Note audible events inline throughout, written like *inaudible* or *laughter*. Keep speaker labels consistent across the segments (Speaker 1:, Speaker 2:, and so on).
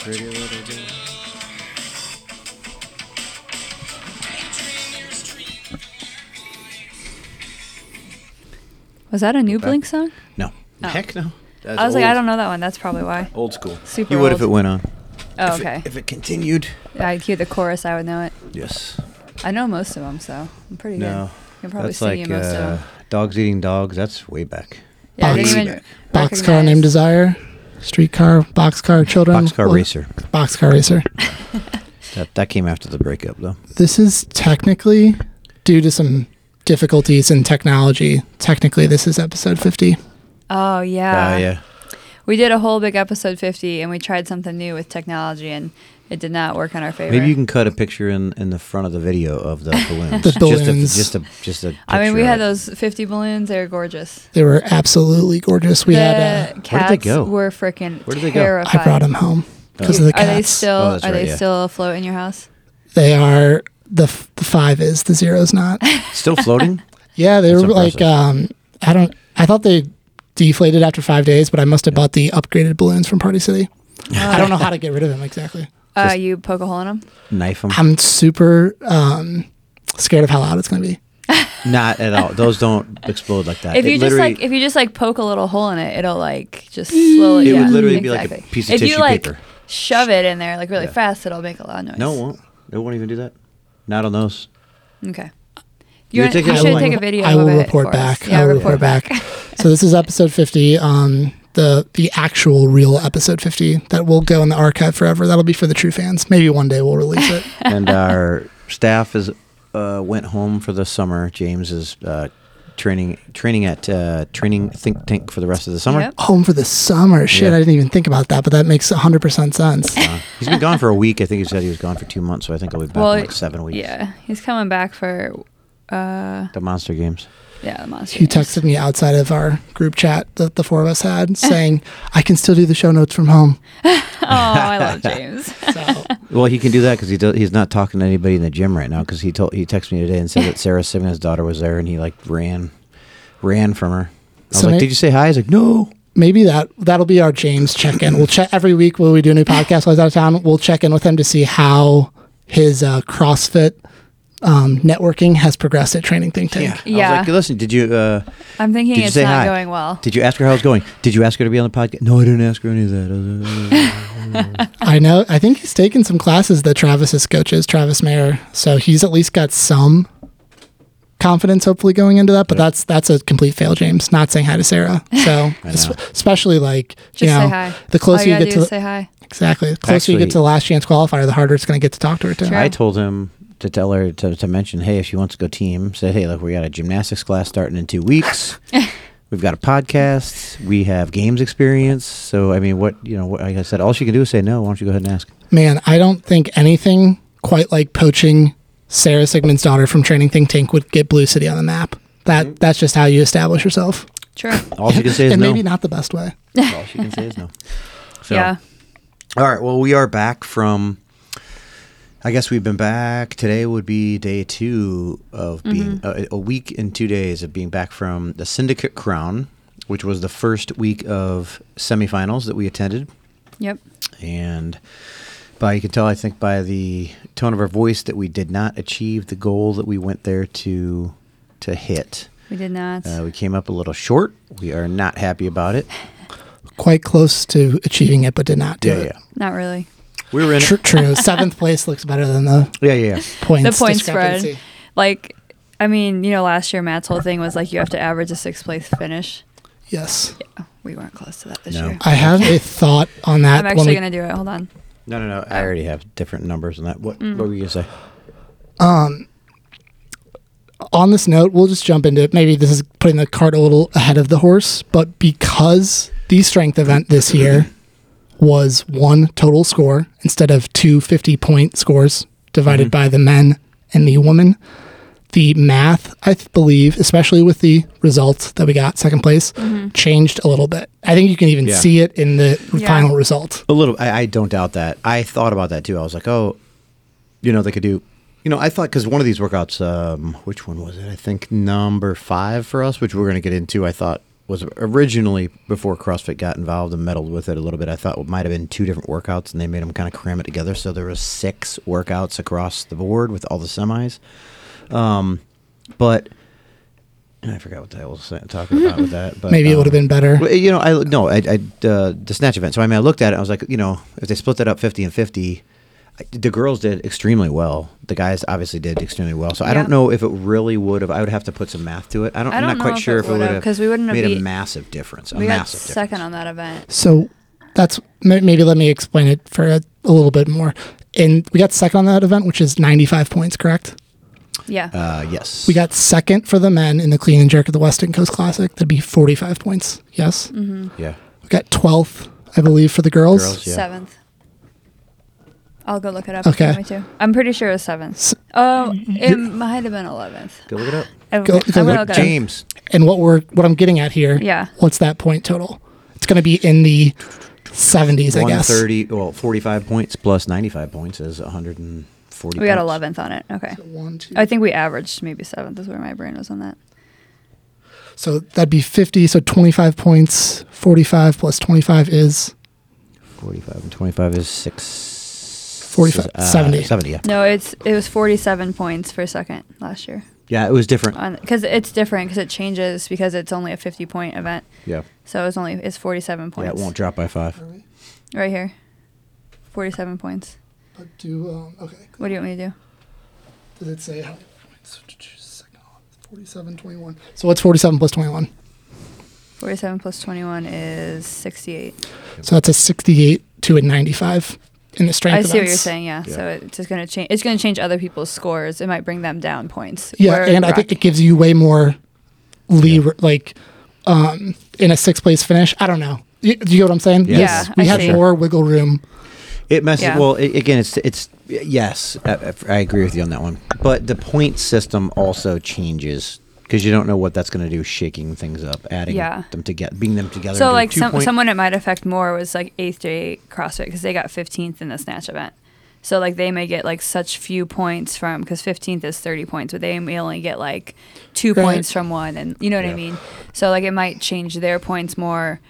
Speaker 1: pretty little girl.
Speaker 2: Was that a new Blink song?
Speaker 1: No.
Speaker 2: Oh.
Speaker 1: Heck no. That's
Speaker 2: I was like, I
Speaker 1: old-
Speaker 2: don't know that one. That's probably why.
Speaker 1: Old school.
Speaker 2: Super
Speaker 1: you would if it
Speaker 2: old.
Speaker 1: went on.
Speaker 2: Oh,
Speaker 1: If it-
Speaker 2: okay.
Speaker 1: if it continued.
Speaker 2: I'd hear the chorus, I would know it.
Speaker 1: Yes.
Speaker 2: I know most of them, so I'm pretty
Speaker 1: No.
Speaker 2: good. You can probably
Speaker 1: that's
Speaker 2: sing
Speaker 1: like
Speaker 2: most of
Speaker 1: uh,
Speaker 2: them.
Speaker 1: dogs eating dogs. That's way back.
Speaker 2: Yeah, I didn't
Speaker 3: Box-
Speaker 2: even
Speaker 3: Boxcar Named
Speaker 2: recognize-
Speaker 3: Desire, Streetcar, Boxcar Children,
Speaker 1: Boxcar
Speaker 3: Well,
Speaker 1: racer.
Speaker 2: *laughs*
Speaker 3: Boxcar Racer.
Speaker 1: That that came after the breakup though.
Speaker 3: This is technically due to some difficulties in technology. Technically, this is episode 50.
Speaker 2: Oh yeah.
Speaker 1: Ah, yeah.
Speaker 2: We did a whole big episode 50 and we tried something new with technology and it did not work in our favor.
Speaker 1: Maybe you can cut a picture in, in the front of the video of
Speaker 2: *laughs*
Speaker 1: the balloons.
Speaker 3: The balloons.
Speaker 1: Just a just a, just a
Speaker 2: I mean, we
Speaker 1: picture
Speaker 2: had
Speaker 1: of it.
Speaker 2: those 50 balloons. They were gorgeous.
Speaker 3: They were absolutely gorgeous. We
Speaker 2: the
Speaker 3: had, uh,
Speaker 2: cats
Speaker 1: Where did they go?
Speaker 2: were freaking
Speaker 1: Where did they go? I
Speaker 2: terrified.
Speaker 3: I brought them home because of the
Speaker 2: Are
Speaker 3: cats.
Speaker 2: they still
Speaker 1: Oh, that's
Speaker 2: are
Speaker 1: right,
Speaker 2: they
Speaker 1: yeah.
Speaker 2: still afloat in your house?
Speaker 3: They are the f- the five is the
Speaker 2: *laughs*
Speaker 3: zero's not.
Speaker 1: still floating.
Speaker 3: Yeah, they
Speaker 1: That's
Speaker 3: were like
Speaker 1: impressive.
Speaker 3: um, I don't. I thought they deflated after five days, but I must have bought the upgraded balloons from Party City.
Speaker 2: Oh.
Speaker 3: I don't know how to get rid of them exactly.
Speaker 2: Uh, you poke a hole in them.
Speaker 1: Knife them?
Speaker 3: I'm super um, scared of how loud it's going to be.
Speaker 1: Not at all. Those
Speaker 2: *laughs*
Speaker 1: don't explode like that.
Speaker 2: If
Speaker 1: It
Speaker 2: you just
Speaker 1: literally-
Speaker 2: like if you just like poke a little hole in it, it'll like just slowly.
Speaker 1: It would
Speaker 2: yeah,
Speaker 1: literally be like a
Speaker 2: exactly.
Speaker 1: piece of
Speaker 2: if
Speaker 1: tissue
Speaker 2: you like
Speaker 1: paper.
Speaker 2: shove it in there like really
Speaker 1: Yeah.
Speaker 2: fast, it'll make a loud noise.
Speaker 1: no, it won't. It won't even do that. Not on those.
Speaker 2: Okay.
Speaker 1: You
Speaker 2: You're,
Speaker 1: would take
Speaker 2: you
Speaker 1: a- I
Speaker 2: should
Speaker 1: will-
Speaker 2: take a video.
Speaker 3: I will
Speaker 2: of it
Speaker 3: report
Speaker 2: for us.
Speaker 3: back.
Speaker 2: Yeah,
Speaker 3: I will report back. so this is episode 50. Um, the the actual real episode 50 that will go in the archive forever. That'll be for the true fans. Maybe one day we'll release
Speaker 2: *laughs*
Speaker 3: it.
Speaker 1: And our staff is uh, went home for the summer. James is uh, training training at uh, training think tank for the rest of the summer.
Speaker 2: Yep.
Speaker 3: Home for the summer. Shit,
Speaker 1: Yeah.
Speaker 3: I didn't even think about that, but that makes
Speaker 2: *laughs*
Speaker 3: 100% sense.
Speaker 1: Uh, he's been gone for a week. I think he said he was gone for two months. So I think I'll be back
Speaker 2: Well,
Speaker 1: in like seven weeks.
Speaker 2: *laughs* Yeah, he's coming back for, uh,
Speaker 1: The monster games.
Speaker 2: yeah, the monster.
Speaker 3: He
Speaker 2: Games.
Speaker 3: texted me outside of our group chat that the four of us had
Speaker 2: *laughs*
Speaker 3: saying, I can still do the show notes from home.
Speaker 2: *laughs* Oh, I love James.
Speaker 3: So
Speaker 1: Well, he can do that because he do, he's not talking to anybody in the gym right now. Because he told he texted me today
Speaker 2: *laughs*
Speaker 1: and said that Sarah Simmons' daughter was there, and he like ran, ran from her. I was
Speaker 3: So
Speaker 1: like,
Speaker 3: may-
Speaker 1: "Did you say hi?" He's like, "No."
Speaker 3: maybe that that'll be our James check in. We'll check every week when we do a new podcast while he's out of town. We'll check in with him to see how his uh, CrossFit um, networking has progressed at Training Think Tank.
Speaker 1: I
Speaker 2: Yeah.
Speaker 1: was like, "Listen, did you uh,
Speaker 2: I'm thinking
Speaker 1: did you
Speaker 2: it's
Speaker 1: say
Speaker 2: not
Speaker 1: hi?
Speaker 2: going well.
Speaker 1: Did you ask her how it's going? Did you ask her to be on the podcast? No, I didn't ask her any of that.
Speaker 3: I know. I think he's taken some classes that Travis's coaches, Travis Mayer. So he's at least got some confidence, hopefully, going into that. But that's that's a complete fail, James. Not saying hi to
Speaker 2: *laughs*
Speaker 3: Sarah. So es-
Speaker 1: know.
Speaker 3: especially like
Speaker 2: Just
Speaker 3: you know,
Speaker 2: say hi.
Speaker 3: the closer
Speaker 2: All you,
Speaker 3: you,
Speaker 2: gotta
Speaker 3: get
Speaker 2: do
Speaker 3: to
Speaker 2: is
Speaker 3: the,
Speaker 2: say hi.
Speaker 3: exactly, the closer you
Speaker 1: Actually-
Speaker 3: get to the last chance qualifier, the harder it's going to get to talk to her. Too.
Speaker 2: Sure.
Speaker 1: I told him to tell her to, to mention, hey, if she wants to go team, say, hey, look, we got a gymnastics class starting in two weeks.
Speaker 3: *laughs*
Speaker 1: We've got a podcast. We have games experience. So, I mean, what, you know, what, like I said, all she can do is say no. Why don't you go ahead and ask?
Speaker 3: Man, I don't think anything quite like poaching Sarah Sigmund's daughter from Training Think Tank would get Blue City on the map. That that's just how you establish yourself.
Speaker 2: Sure.
Speaker 1: Mm-hmm. All she can
Speaker 3: *laughs*
Speaker 1: say is
Speaker 3: and
Speaker 1: no.
Speaker 3: maybe not the best way.
Speaker 1: all she can say is no.
Speaker 3: *laughs*
Speaker 1: So,
Speaker 2: Yeah.
Speaker 1: All right. Well, we are back from. I guess we've been back. Today would be day two of being uh, a week and two days of being back from the Syndicate Crown, which was the first week of semifinals that we attended.
Speaker 2: Yep.
Speaker 1: And by you can tell, I think by the tone of our voice that we did not achieve the goal that we went there to to hit.
Speaker 2: We did not.
Speaker 1: Uh, we came up a little short. We are not happy about it.
Speaker 3: Quite close to achieving it, but did not do it.
Speaker 2: not really.
Speaker 1: We were in.
Speaker 3: True,
Speaker 1: *laughs*
Speaker 3: true. Seventh place looks better than the
Speaker 1: Yeah, yeah, yeah.
Speaker 3: points.
Speaker 2: the point
Speaker 3: discrepancy.
Speaker 2: spread. Like, I mean, you know, last year Matt's whole thing was like you have to average a sixth place finish.
Speaker 3: Yes,
Speaker 2: Yeah, we weren't close to that this
Speaker 1: No.
Speaker 2: year.
Speaker 3: I have a thought on that.
Speaker 2: I'm
Speaker 3: when
Speaker 2: actually
Speaker 3: we,
Speaker 2: gonna do it. Hold on.
Speaker 1: No, no, uh, no. I already have different numbers on that. What, what were you gonna say?
Speaker 3: Um, on this note, we'll just jump into it. Maybe this is putting the cart a little ahead of the horse, but because the strength event this year was one total score instead of two 50 point scores divided
Speaker 1: Mm-hmm.
Speaker 3: by the men and the woman, the math, I th- believe, especially with the results that we got second place, changed a little bit. I think you can even
Speaker 1: Yeah.
Speaker 3: see it in the
Speaker 2: Yeah.
Speaker 3: final result.
Speaker 1: A little. I, I don't doubt that. I thought about that too. I was like, oh, you know, they could do. You know, I thought because one of these workouts, um, which one was it? I think number five for us, which we're gonna get into. I thought was originally before CrossFit got involved and meddled with it a little bit. I thought it might have been two different workouts, and they made them kind of cram it together. So there was six workouts across the board with all the semis. Um, but I forgot what the hell I was sa- talking about with that. But
Speaker 3: *laughs* Maybe it
Speaker 1: um,
Speaker 3: would have been better.
Speaker 1: well, you know, I no, I, I uh, the snatch event. So I mean, I looked at it. I was like, you know, if they split that up fifty and fifty, I, the girls did extremely well. The guys obviously did extremely well. So I
Speaker 2: Yeah.
Speaker 1: don't know if it really would have. I would have to put some math to it. I don't.
Speaker 2: I
Speaker 1: I'm
Speaker 2: don't
Speaker 1: not quite
Speaker 2: know if
Speaker 1: sure
Speaker 2: it
Speaker 1: if it
Speaker 2: would've,
Speaker 1: would have
Speaker 2: 'cause we wouldn't have
Speaker 1: made
Speaker 2: beat-
Speaker 1: a massive difference. A
Speaker 2: we got
Speaker 1: massive
Speaker 2: second
Speaker 1: difference.
Speaker 2: on that event.
Speaker 3: So that's ma- maybe let me explain it for a, a little bit more. And we got second on that event, which is 95 points, correct?
Speaker 2: Yeah.
Speaker 1: Uh, yes,
Speaker 3: We got second for the men in the clean and jerk at the Western Coast Classic. That'd be 45 points. Yes.
Speaker 2: Mm-hmm.
Speaker 1: yeah.
Speaker 3: We got 12th, I believe, for the girls.
Speaker 1: Girls, yeah.
Speaker 2: Seventh. I'll go look it up. if you
Speaker 3: Okay.
Speaker 2: want me to. I'm pretty sure it was seventh.
Speaker 3: S-
Speaker 2: Oh, it might have been eleventh.
Speaker 1: Go look it up.
Speaker 2: I'm
Speaker 3: Go-
Speaker 2: gonna-
Speaker 3: go
Speaker 2: I'm gonna
Speaker 3: look-
Speaker 2: look it up.
Speaker 1: James.
Speaker 3: And what we're what I'm getting at here,
Speaker 2: Yeah.
Speaker 3: what's that point total? It's going to be in the 70s, I
Speaker 1: One
Speaker 3: guess.
Speaker 1: thirty. Well, forty-five points plus ninety-five points is one hundred and forty.
Speaker 2: We got
Speaker 1: points.
Speaker 2: eleventh on it. Okay.
Speaker 3: One, two.
Speaker 2: I think we averaged maybe seventh is where my brain was on that.
Speaker 3: So that'd be 50. So 25 points, 45 plus 25 is
Speaker 1: Forty-five and twenty-five is six. uh,
Speaker 3: 45, 70.
Speaker 1: Seventy. Yeah.
Speaker 2: No, it's it was 47 points for second last year.
Speaker 1: Yeah. It was different.
Speaker 2: Because it's different because it changes because it's only a 50 point event.
Speaker 1: Yeah.
Speaker 2: So it's only it's 47
Speaker 1: Yeah,
Speaker 2: points.
Speaker 1: it won't drop by five.
Speaker 2: Right here. 47 points.
Speaker 3: Do, um, okay.
Speaker 2: What do you want me to do?
Speaker 3: Did it say how many points? 47, 21. So what's 47 plus 21?
Speaker 2: 47 plus 21 is 68.
Speaker 3: So that's a 68 to a 95 in the strength
Speaker 2: I see what you're
Speaker 3: events.
Speaker 2: saying. Yeah. So
Speaker 1: Yeah.
Speaker 2: it's just going to change. It's going to change other people's scores. It might bring them down points.
Speaker 3: Yeah,
Speaker 2: We're
Speaker 3: and I think
Speaker 2: rock-
Speaker 3: it gives you way more lever, like um, in a sixth place finish. I don't know. You, do you get what I'm saying?
Speaker 1: Yeah.
Speaker 3: Yes.
Speaker 2: Yeah,
Speaker 3: we
Speaker 2: I
Speaker 3: had
Speaker 2: see.
Speaker 3: more wiggle room.
Speaker 1: It messes.
Speaker 2: Yeah.
Speaker 1: Well, i again, it's it's yes, I, I agree with you on that one. But the point system also changes because you don't know what that's going to do, shaking things up, adding
Speaker 2: Yeah.
Speaker 1: them together, being them together.
Speaker 2: So
Speaker 1: into a
Speaker 2: like some,
Speaker 1: two-point-
Speaker 2: someone it might affect more was like eighth day CrossFit because they got 15th in the snatch event. So like they may get like such few points from because 15th is 30 points, but they may only get like two
Speaker 3: Right.
Speaker 2: points from one, and you know what I
Speaker 1: Yeah.
Speaker 2: mean. So like it might change their points more.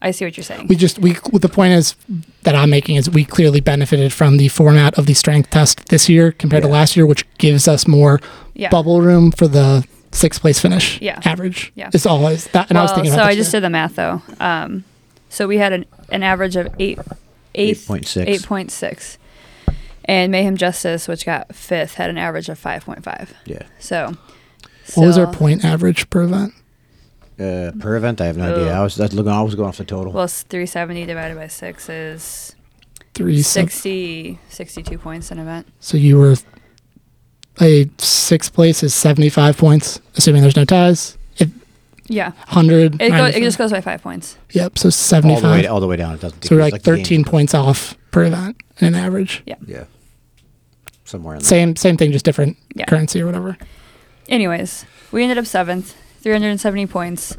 Speaker 2: I see what you're saying.
Speaker 3: We just we the point is that I'm making is we clearly benefited from the format of the strength test this year compared to
Speaker 1: Yeah.
Speaker 3: last year, which gives us more
Speaker 2: Yeah.
Speaker 3: bubble room for the sixth place finish
Speaker 2: Yeah.
Speaker 3: average.
Speaker 2: Yeah.
Speaker 3: it's always that. And I was
Speaker 2: Well,
Speaker 3: thinking
Speaker 2: so
Speaker 3: about
Speaker 2: I
Speaker 3: that
Speaker 2: just
Speaker 3: today.
Speaker 2: did the math though. Um, so we had an, an average of eight, eighth,
Speaker 1: 8.6.
Speaker 2: 8.6. and Mayhem Justice, which got fifth, had an average of five point five.
Speaker 1: yeah.
Speaker 2: So,
Speaker 3: what was our
Speaker 2: still-
Speaker 3: point average per event?
Speaker 1: Uh, per event, I have no idea. I was that's looking. I was going off the total.
Speaker 2: Well, s- 370 divided by 6 is
Speaker 3: Three six.
Speaker 2: 60, 62 points an event.
Speaker 3: So you were a sixth place is 75 points, assuming there's no ties. If
Speaker 2: Yeah.
Speaker 1: Mm-hmm.
Speaker 3: 100,
Speaker 2: It, go, it
Speaker 3: 95.
Speaker 2: just goes by five points.
Speaker 3: yep, so
Speaker 1: all the way
Speaker 3: 75.
Speaker 1: all the way down. It doesn't.
Speaker 3: so we're
Speaker 1: decrease,
Speaker 3: like
Speaker 1: the game.
Speaker 3: 13 points off per event in average.
Speaker 1: Yeah. Somewhere in there.
Speaker 3: Same same thing, just different
Speaker 2: Yeah.
Speaker 3: currency or whatever.
Speaker 2: Anyways, we ended up seventh, 370 points.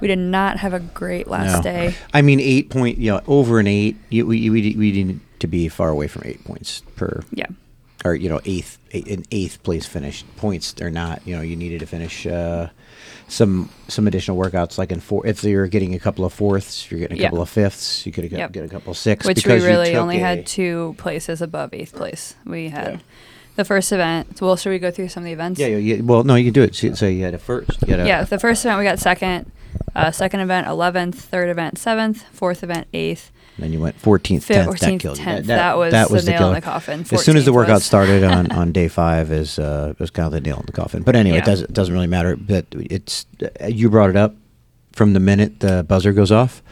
Speaker 2: We did not have a great last
Speaker 1: No.
Speaker 2: day.
Speaker 1: I mean, eight point. You know, over an eight. You, we we we need to be far away from eight points per
Speaker 2: Yeah.
Speaker 1: or you know eighth eight, an eighth place finish points or not you know you needed to finish uh, some some additional workouts like in four if you're getting a couple of fourths you're getting a
Speaker 2: Yeah.
Speaker 1: couple of fifths you could have
Speaker 2: Yep.
Speaker 1: get a couple of sixths
Speaker 2: Which we
Speaker 1: because you
Speaker 2: really
Speaker 1: took
Speaker 2: only
Speaker 1: a-
Speaker 2: had two places above eighth place. We had
Speaker 1: Yeah.
Speaker 2: the first event. Well, should we go through some of the events?
Speaker 1: yeah, yeah, yeah well no you can do it so, so you had a first you had a,
Speaker 2: yeah, the first event we got second, uh, second event 11th, third event 7th, fourth event 8th,
Speaker 1: then you went 14th 10th that
Speaker 2: 14th,
Speaker 1: killed you
Speaker 2: 10th, that was the nail in the coffin.
Speaker 1: as soon as the
Speaker 2: 14th
Speaker 1: workout
Speaker 2: was-
Speaker 1: started
Speaker 2: *laughs*
Speaker 1: on, on day five is uh was kind of the nail in the coffin but anyway
Speaker 2: Yeah.
Speaker 1: it doesn't it doesn't really matter but it's uh, you brought it up from the minute the buzzer goes off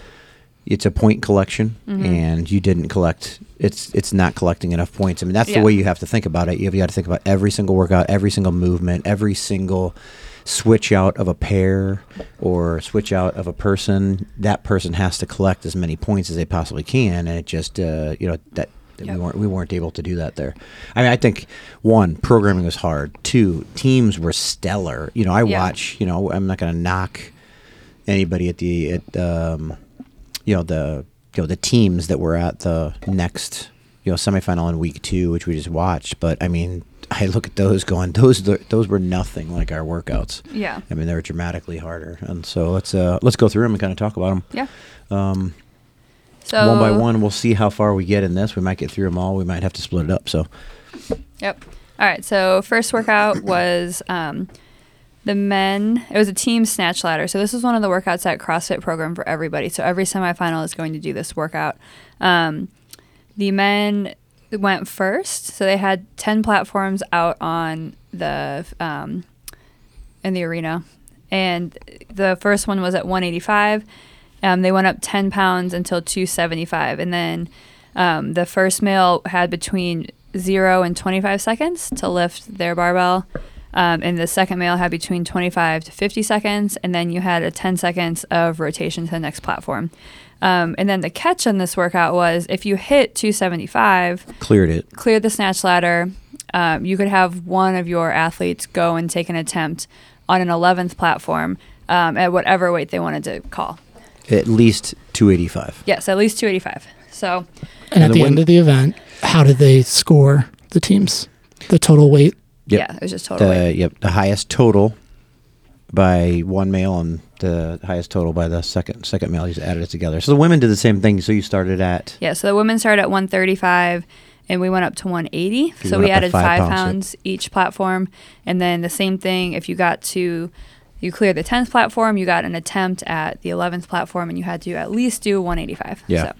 Speaker 1: it's a point collection
Speaker 2: Mm-hmm.
Speaker 1: and you didn't collect it's it's not collecting enough points i mean that's
Speaker 2: Yeah.
Speaker 1: the way you have to think about it you have got to think about every single workout every single movement every single switch out of a pair or switch out of a person that person has to collect as many points as they possibly can and it just uh, you know that that
Speaker 2: Yep.
Speaker 1: we weren't we weren't able to do that there. I mean, I think one programming was hard. Two teams were stellar. You know, I
Speaker 2: Yeah.
Speaker 1: watch. You know, I'm not going to knock anybody at the at um, you know the you know the teams that were at the next you know semifinal in week two, which we just watched. But I mean, I look at those going those those were nothing like our workouts.
Speaker 2: Yeah.
Speaker 1: I mean, they were dramatically harder. And so let's uh, let's go through them and kind of talk about them
Speaker 2: Yeah.
Speaker 1: um,
Speaker 2: So
Speaker 1: one by one. We'll see how far we get in this. We might get through them all. We might have to split it up. So
Speaker 2: Yep. All right. So first workout *coughs* was um, the men. It was a team snatch ladder. So this is one of the workouts at CrossFit program for everybody. So every semifinal is going to do this workout. Um, the men went first, so they had ten platforms out on the um, in the arena, and the first one was at 185. Um, they went up 10 pounds until 275, and then um, the first male had between zero and 25 seconds to lift their barbell, um, and the second male had between 25 to 50 seconds, and then you had a 10 seconds of rotation to the next platform. Um, and then the catch on this workout was if you hit 275,
Speaker 1: cleared it.
Speaker 2: clear the snatch ladder, um, you could have one of your athletes go and take an attempt on an 11th platform um, at whatever weight they wanted to call.
Speaker 1: At least 285.
Speaker 2: Yes, at least 285. So
Speaker 3: And, at
Speaker 1: the
Speaker 3: the
Speaker 1: one-
Speaker 3: end of the event, how did they score the teams? The total weight.
Speaker 1: Yep.
Speaker 2: yeah, it was just total weight.
Speaker 1: The, yep. The highest total by one male and the highest total by the second second male. You just added it together. So the women did the same thing. So you started at
Speaker 2: Yeah, so the women started at 135 and we went up to 180.
Speaker 1: You
Speaker 2: So we
Speaker 1: went up by
Speaker 2: added
Speaker 1: five
Speaker 2: five
Speaker 1: pounds,
Speaker 2: pounds,
Speaker 1: yep.
Speaker 2: each platform. And then the same thing if you got to, you cleared the 10th platform, you got an attempt at the 11th platform and you had to at least do 185.
Speaker 1: Yeah.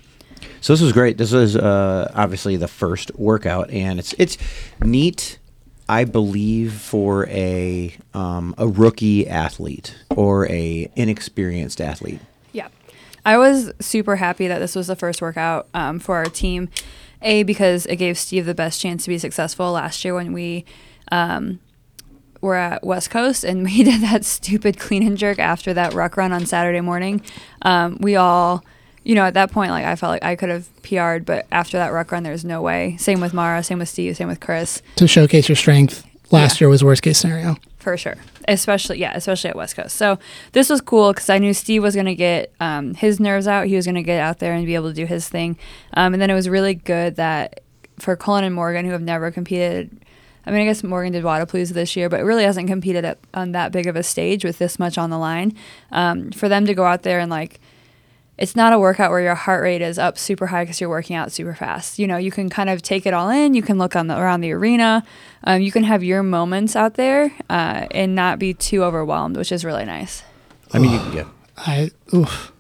Speaker 1: So this was great. This was uh, obviously the first workout, and it's it's neat. I believe for a um, a rookie athlete or a inexperienced athlete.
Speaker 2: Yeah. I was super happy that this was the first workout um, for our team. A, because it gave Steve the best chance to be successful last year when we um, were at West Coast and *laughs* we did that stupid clean and jerk after that ruck run on Saturday morning. Um, we all, you know, at that point, like I felt like I could have PR'd, but after that ruck run, there's no way. Same with Mara, same with Steve, same with Chris.
Speaker 3: to showcase your strength last
Speaker 2: Yeah.
Speaker 3: year was worst case scenario.
Speaker 2: for sure especially yeah especially at west coast so this was cool because i knew steve was going to get um, his nerves out he was going to get out there and be able to do his thing um, and then it was really good that for colin and morgan who have never competed i mean i guess morgan did wadapalooza this year but really hasn't competed at, on that big of a stage with this much on the line um, for them to go out there and like it's not a workout where your heart rate is up super high because you're working out super fast. You know, you can kind of take it all in. You can look on the, around the arena. Um, you can have your moments out there uh, and not be too overwhelmed, which is really nice.
Speaker 1: I mean,
Speaker 3: *sighs*
Speaker 1: you, yeah,
Speaker 3: I oof,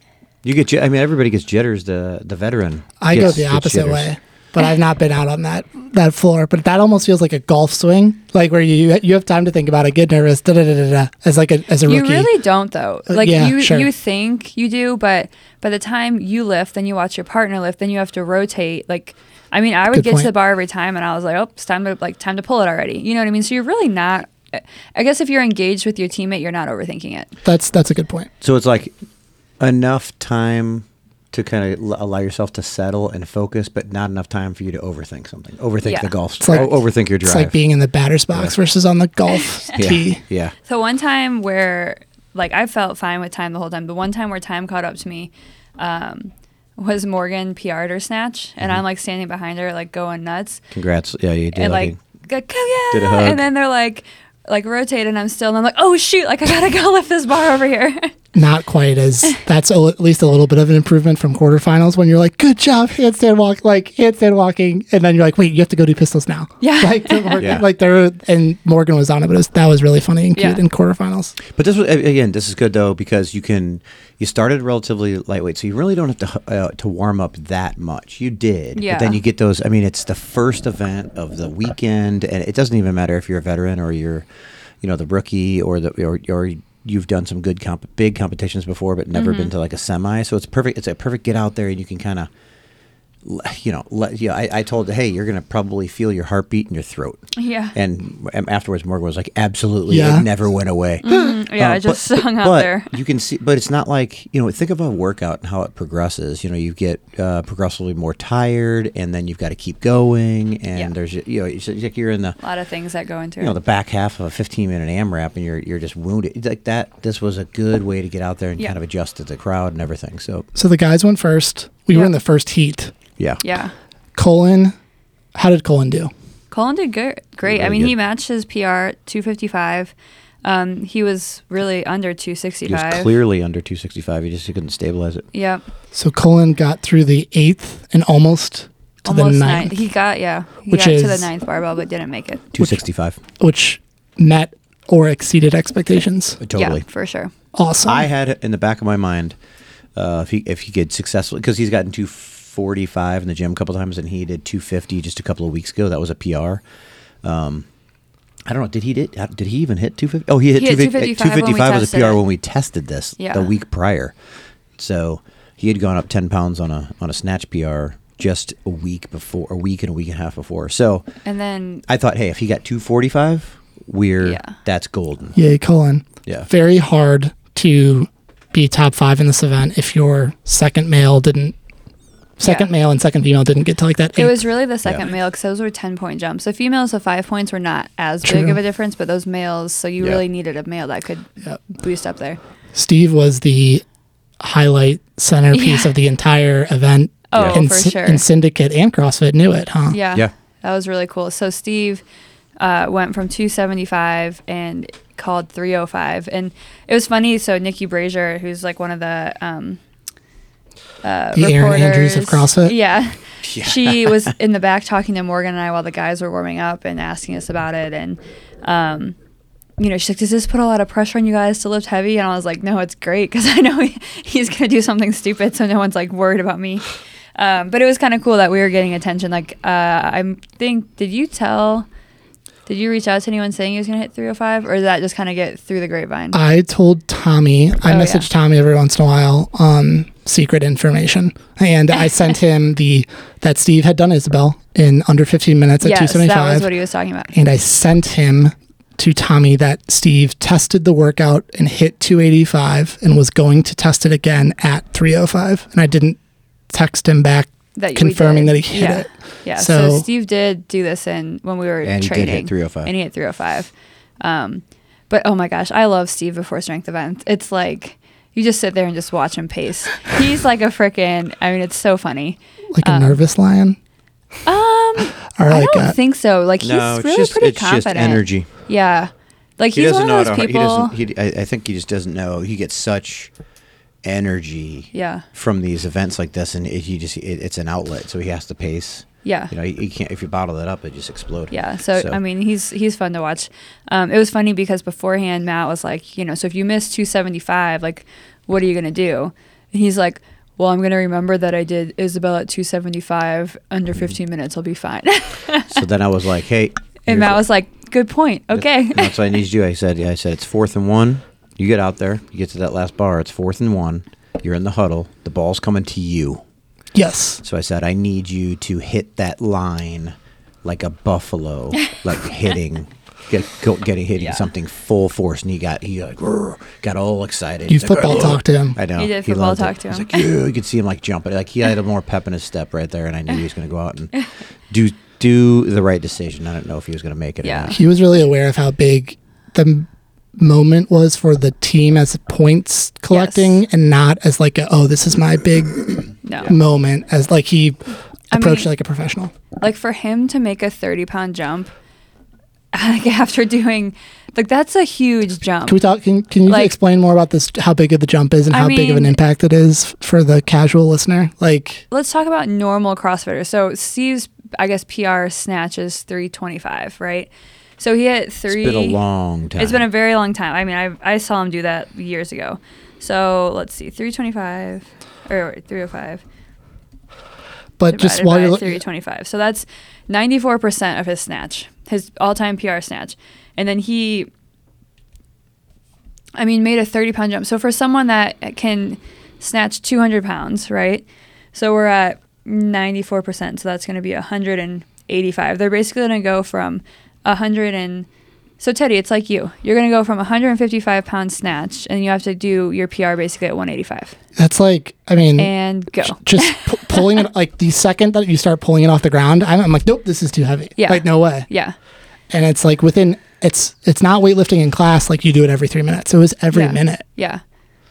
Speaker 1: you get. je- I mean, everybody gets jitters. The the veteran.
Speaker 3: I
Speaker 1: gets-
Speaker 3: go the
Speaker 1: gets
Speaker 3: opposite
Speaker 1: jitters.
Speaker 3: way. But I've not been out on that that floor. But that almost feels like a golf swing, like where you you have time to think about it, get nervous, da da da da, da as like a as a
Speaker 2: You
Speaker 3: rookie.
Speaker 2: really don't though.
Speaker 3: Uh,
Speaker 2: Like
Speaker 3: yeah,
Speaker 2: you
Speaker 3: sure.
Speaker 2: you think you do, but by the time you lift, then you watch your partner lift, then you have to rotate. Like I mean, I would
Speaker 3: Good
Speaker 2: get
Speaker 3: point.
Speaker 2: to the bar every time and I was like, "Oh, it's time to like time to pull it already." You know what I mean? So you're really not I guess if you're engaged with your teammate, you're not overthinking it.
Speaker 3: That's that's a good point.
Speaker 1: So it's like enough time to kind of l- allow yourself to settle and focus, but not enough time for you to overthink something. Overthink
Speaker 2: Yeah.
Speaker 1: the golf.
Speaker 3: It's like-
Speaker 1: o- overthink your drive.
Speaker 3: It's like being in the batter's box
Speaker 1: Yeah.
Speaker 3: versus on
Speaker 2: *laughs*
Speaker 3: the golf
Speaker 1: yeah,
Speaker 3: tee.
Speaker 1: yeah.
Speaker 2: So one time where like I felt fine with time the whole time. The one time where time caught up to me um, was Morgan PR'd her snatch, and
Speaker 1: Mm-hmm.
Speaker 2: I'm like standing behind her, like going nuts,
Speaker 1: Congrats. Yeah, you did.
Speaker 2: and
Speaker 1: I
Speaker 2: like
Speaker 1: think.
Speaker 2: go, "Come
Speaker 1: Did a
Speaker 2: yeah!"
Speaker 1: hug.
Speaker 2: and then they're like like rotate, and I'm still, and I'm like, oh shoot, like I gotta go lift this bar over here.
Speaker 3: Not
Speaker 2: *laughs*
Speaker 3: quite as that's a, at least a little bit of an improvement from quarterfinals when you're like, good job, handstand walk, like handstand walking, and then you're like, wait, you have to go do pistols now.
Speaker 2: Yeah.
Speaker 3: *laughs* like the Morgan,
Speaker 1: Yeah.
Speaker 3: like there and Morgan was on it, but it was, that was really funny and cute
Speaker 2: Yeah.
Speaker 3: in quarterfinals.
Speaker 1: But this was a- again. This is good though because you can. You started relatively lightweight, so you really don't have to hu- uh, to warm up that much. You did,
Speaker 2: Yeah.
Speaker 1: but then you get those. I mean, it's the first event of the weekend, and it doesn't even matter if you're a veteran or you're, you know, the rookie or the or, or you've done some good comp- big competitions before, but never been to like a semi. So it's perfect. It's a perfect get out there, and you can kind of. You know, let, yeah. I, I told, hey, you're gonna probably feel your heartbeat in your throat,
Speaker 2: yeah,
Speaker 1: and, and afterwards, Morgan was like, "Absolutely,
Speaker 3: Yeah.
Speaker 1: it never went away."
Speaker 2: *laughs* yeah,
Speaker 1: Uh,
Speaker 2: I just *laughs*
Speaker 1: but-
Speaker 2: hung
Speaker 1: but
Speaker 2: out there.
Speaker 1: You can see, but it's not like you know. Think of a workout and how it progresses. You know, you get uh, progressively more tired, and then you've got to keep going. And
Speaker 2: Yeah.
Speaker 1: there's you know, it's like you're in the
Speaker 2: A lot of things that go into
Speaker 1: you know
Speaker 2: it.
Speaker 1: the back half of a 15 minute AMRAP, and you're you're just wounded It's like that. This was a good way to get out there and
Speaker 2: Yeah.
Speaker 1: kind of adjust to the crowd and everything. So
Speaker 3: So the guys went first. We were
Speaker 2: Yeah.
Speaker 3: in the first heat.
Speaker 1: yeah,
Speaker 2: yeah,
Speaker 3: Colin How did Colin do?
Speaker 2: Colin did good. Great. I
Speaker 1: Really
Speaker 2: mean, he
Speaker 1: good.
Speaker 2: matched his PR 255. Um, he was really under
Speaker 1: He was
Speaker 2: 265.
Speaker 1: clearly under 265. He just he couldn't stabilize it.
Speaker 2: Yep.
Speaker 3: So Colin got through the eighth and almost to
Speaker 2: Almost
Speaker 3: the
Speaker 2: nine.
Speaker 3: ninth,
Speaker 2: He got, yeah. He
Speaker 3: Which
Speaker 2: got to the
Speaker 3: is-
Speaker 2: ninth barbell, but didn't make it.
Speaker 1: 265.
Speaker 3: which met or exceeded expectations.
Speaker 1: Totally.
Speaker 2: Yeah, for sure. Oh.
Speaker 3: Awesome.
Speaker 1: I had in the back of my mind uh, if he if he could successfully because he's gotten 245 in the gym a couple times and he did 250 just a couple of weeks ago. That was a PR. Um, I don't know. Did he did uh, did he even hit 250? Oh, he hit,
Speaker 2: He hit
Speaker 1: 250
Speaker 2: 255 when we
Speaker 1: 255 was a
Speaker 2: tested
Speaker 1: PR
Speaker 2: it.
Speaker 1: when we tested this
Speaker 2: Yeah.
Speaker 1: the week prior. So he had gone up 10 pounds on a on a snatch PR just a week before, a week and a week and a half before. So
Speaker 2: And then
Speaker 1: I thought, hey, if he got 245, we're
Speaker 2: Yeah.
Speaker 1: that's golden.
Speaker 3: Yay, Colin.
Speaker 1: Yeah.
Speaker 3: Very hard to be top five in this event if your second male didn't, second
Speaker 2: Yeah.
Speaker 3: male and second female didn't get to like that.
Speaker 2: it
Speaker 3: eighth.
Speaker 2: was really the second male because those were 10 point jumps. So females of five points were not as big
Speaker 3: True.
Speaker 2: of a difference, but those males, so you
Speaker 1: Yeah.
Speaker 2: really needed a male that could
Speaker 3: Yep.
Speaker 2: boost up there.
Speaker 3: Steve was the highlight centerpiece
Speaker 2: Yeah.
Speaker 3: of the entire event.
Speaker 2: Oh,
Speaker 1: Yeah.
Speaker 3: and,
Speaker 2: for
Speaker 3: Sy-
Speaker 2: sure.
Speaker 3: and Syndicate and CrossFit knew it, huh?
Speaker 2: Yeah.
Speaker 1: Yeah.
Speaker 2: That was really cool. So Steve uh, went from 275 and called 305. And it was funny. So Nikki Brazier, who's like one of the. Um, uh,
Speaker 3: The Erin Andrews of
Speaker 2: reporters-
Speaker 3: CrossFit? *laughs*
Speaker 2: Yeah. She was in the back talking to Morgan and I while the guys were warming up and asking us about it. And, um, you know, she's like, does this put a lot of pressure on you guys to lift heavy? And I was like, no, it's great because I know *laughs* he, he's going to do something stupid. So no one's like worried about me. Um, but it was kind of cool that we were getting attention. Like, uh, I think, did you tell, did you reach out to anyone saying he was going to hit 305 or did that just kind of get through the grapevine?
Speaker 3: I told Tommy, I
Speaker 2: Oh,
Speaker 3: messaged Tommy every once in a while um, secret information. And
Speaker 2: *laughs*
Speaker 3: I sent him the that Steve had done Isabel in under 15 minutes at
Speaker 2: yes, that
Speaker 3: 275.
Speaker 2: was what he was talking about.
Speaker 3: and I sent him to Tommy that Steve tested the workout and hit 285 and was going to test it again at 305. And I didn't text him back.
Speaker 2: That we
Speaker 3: confirming
Speaker 2: did.
Speaker 3: that he hit
Speaker 2: yeah.
Speaker 3: it.
Speaker 2: Yeah. So,
Speaker 3: So-
Speaker 2: Steve did do this in when we were
Speaker 1: And he did
Speaker 2: training.
Speaker 1: hit 305.
Speaker 2: And he hit 305. Um, but oh my gosh, I love Steve before strength events. It's like you just sit there and just watch him pace. He's like a freaking. I mean, it's so funny.
Speaker 3: Like a
Speaker 2: Um,
Speaker 3: nervous lion?
Speaker 2: Um,
Speaker 3: Or
Speaker 2: I
Speaker 3: like
Speaker 2: don't
Speaker 3: a,
Speaker 2: think so. Like he's
Speaker 1: no, it's
Speaker 2: really
Speaker 1: just
Speaker 2: pretty
Speaker 1: it's
Speaker 2: confident.
Speaker 1: just energy.
Speaker 2: Yeah. Like
Speaker 1: he
Speaker 2: he's one
Speaker 1: doesn't know
Speaker 2: of
Speaker 1: how
Speaker 2: those
Speaker 1: to,
Speaker 2: people.
Speaker 1: he doesn't he, I, I think he just doesn't know he gets such energy
Speaker 2: yeah.
Speaker 1: from these events like this and it, he just it, it's an outlet so he has to pace
Speaker 2: Yeah.
Speaker 1: you know he, he can't if you bottle that up it just explodes
Speaker 2: Yeah, so, I mean, he's he's fun to watch. Um, it was funny because beforehand, Matt was like, you know, so if you miss 275, like, what are you gonna do? And he's like, well, I'm gonna remember that I did Isabel at 275 under
Speaker 1: Mm.
Speaker 2: 15 minutes. I'll be fine. *laughs*
Speaker 1: so then i was like hey
Speaker 2: and
Speaker 1: here's
Speaker 2: Matt
Speaker 1: what-
Speaker 2: was like, good point. Okay.
Speaker 1: and *laughs* that's what i need you to do i said i said it's fourth and one you get out there you get to that last bar it's fourth and one you're in the huddle the ball's coming to you
Speaker 3: yes.
Speaker 1: So I said, I need you to hit that line like a buffalo,
Speaker 2: *laughs*
Speaker 1: like hitting, get, go, getting hitting
Speaker 2: Yeah.
Speaker 1: something full force. And he got he like "Grr," got all excited.
Speaker 3: You
Speaker 1: He's like,
Speaker 3: football
Speaker 1: "Grr."
Speaker 3: talked to him.
Speaker 1: I know.
Speaker 2: You did football
Speaker 1: loved it.
Speaker 2: talk to
Speaker 1: I was
Speaker 2: him.
Speaker 1: like, "Yeah," you could see him like jumping. Like he had a more pep in his step right there, and I knew he was going to go out and do do the right decision. I don't know if he was going to make it.
Speaker 2: Yeah.
Speaker 1: Or not.
Speaker 3: he was really aware of how big the m- moment was for the team as points collecting and not as like a, oh this is my big
Speaker 2: *laughs* no.
Speaker 3: moment as like he
Speaker 2: I
Speaker 3: approached
Speaker 2: mean-
Speaker 3: like a professional
Speaker 2: like for him to make a 30 pound jump, *laughs* like after doing, like that's a huge jump.
Speaker 3: can we talk can, can you
Speaker 2: Like-
Speaker 3: explain more about this how big of the jump is and
Speaker 2: I
Speaker 3: how big of an
Speaker 2: mean-
Speaker 3: impact it is for the casual listener like
Speaker 2: let's talk about normal CrossFitters. So Steve's, I guess, PR snatch is 325, right? So he hit three.
Speaker 1: It's been a long time.
Speaker 2: It's been a very long time. I mean, I, I saw him do that years ago. So let's see, 325 or 305.
Speaker 3: but just
Speaker 2: divided
Speaker 3: while
Speaker 2: by
Speaker 3: you're lo-
Speaker 2: 325. So that's 94% of his snatch, his all-time PR snatch. And then he I mean made a 30 pound jump. So for someone that can snatch 200 pounds, right? So we're at 94%, so that's going to be 185. They're basically going to go from 100 and so Teddy, it's like you. You're going to go from 155 pound snatch and you have to do your PR basically at 185
Speaker 3: that's like i mean
Speaker 2: and go.
Speaker 3: j- just
Speaker 2: *laughs*
Speaker 3: pu- pulling it like the second that you start pulling it off the ground i'm, I'm like nope this is too heavy
Speaker 2: Yeah.
Speaker 3: like no way
Speaker 2: Yeah.
Speaker 3: and it's like within it's it's not weightlifting in class like you do it every three minutes it was every
Speaker 2: Yeah.
Speaker 3: minute
Speaker 2: Yeah.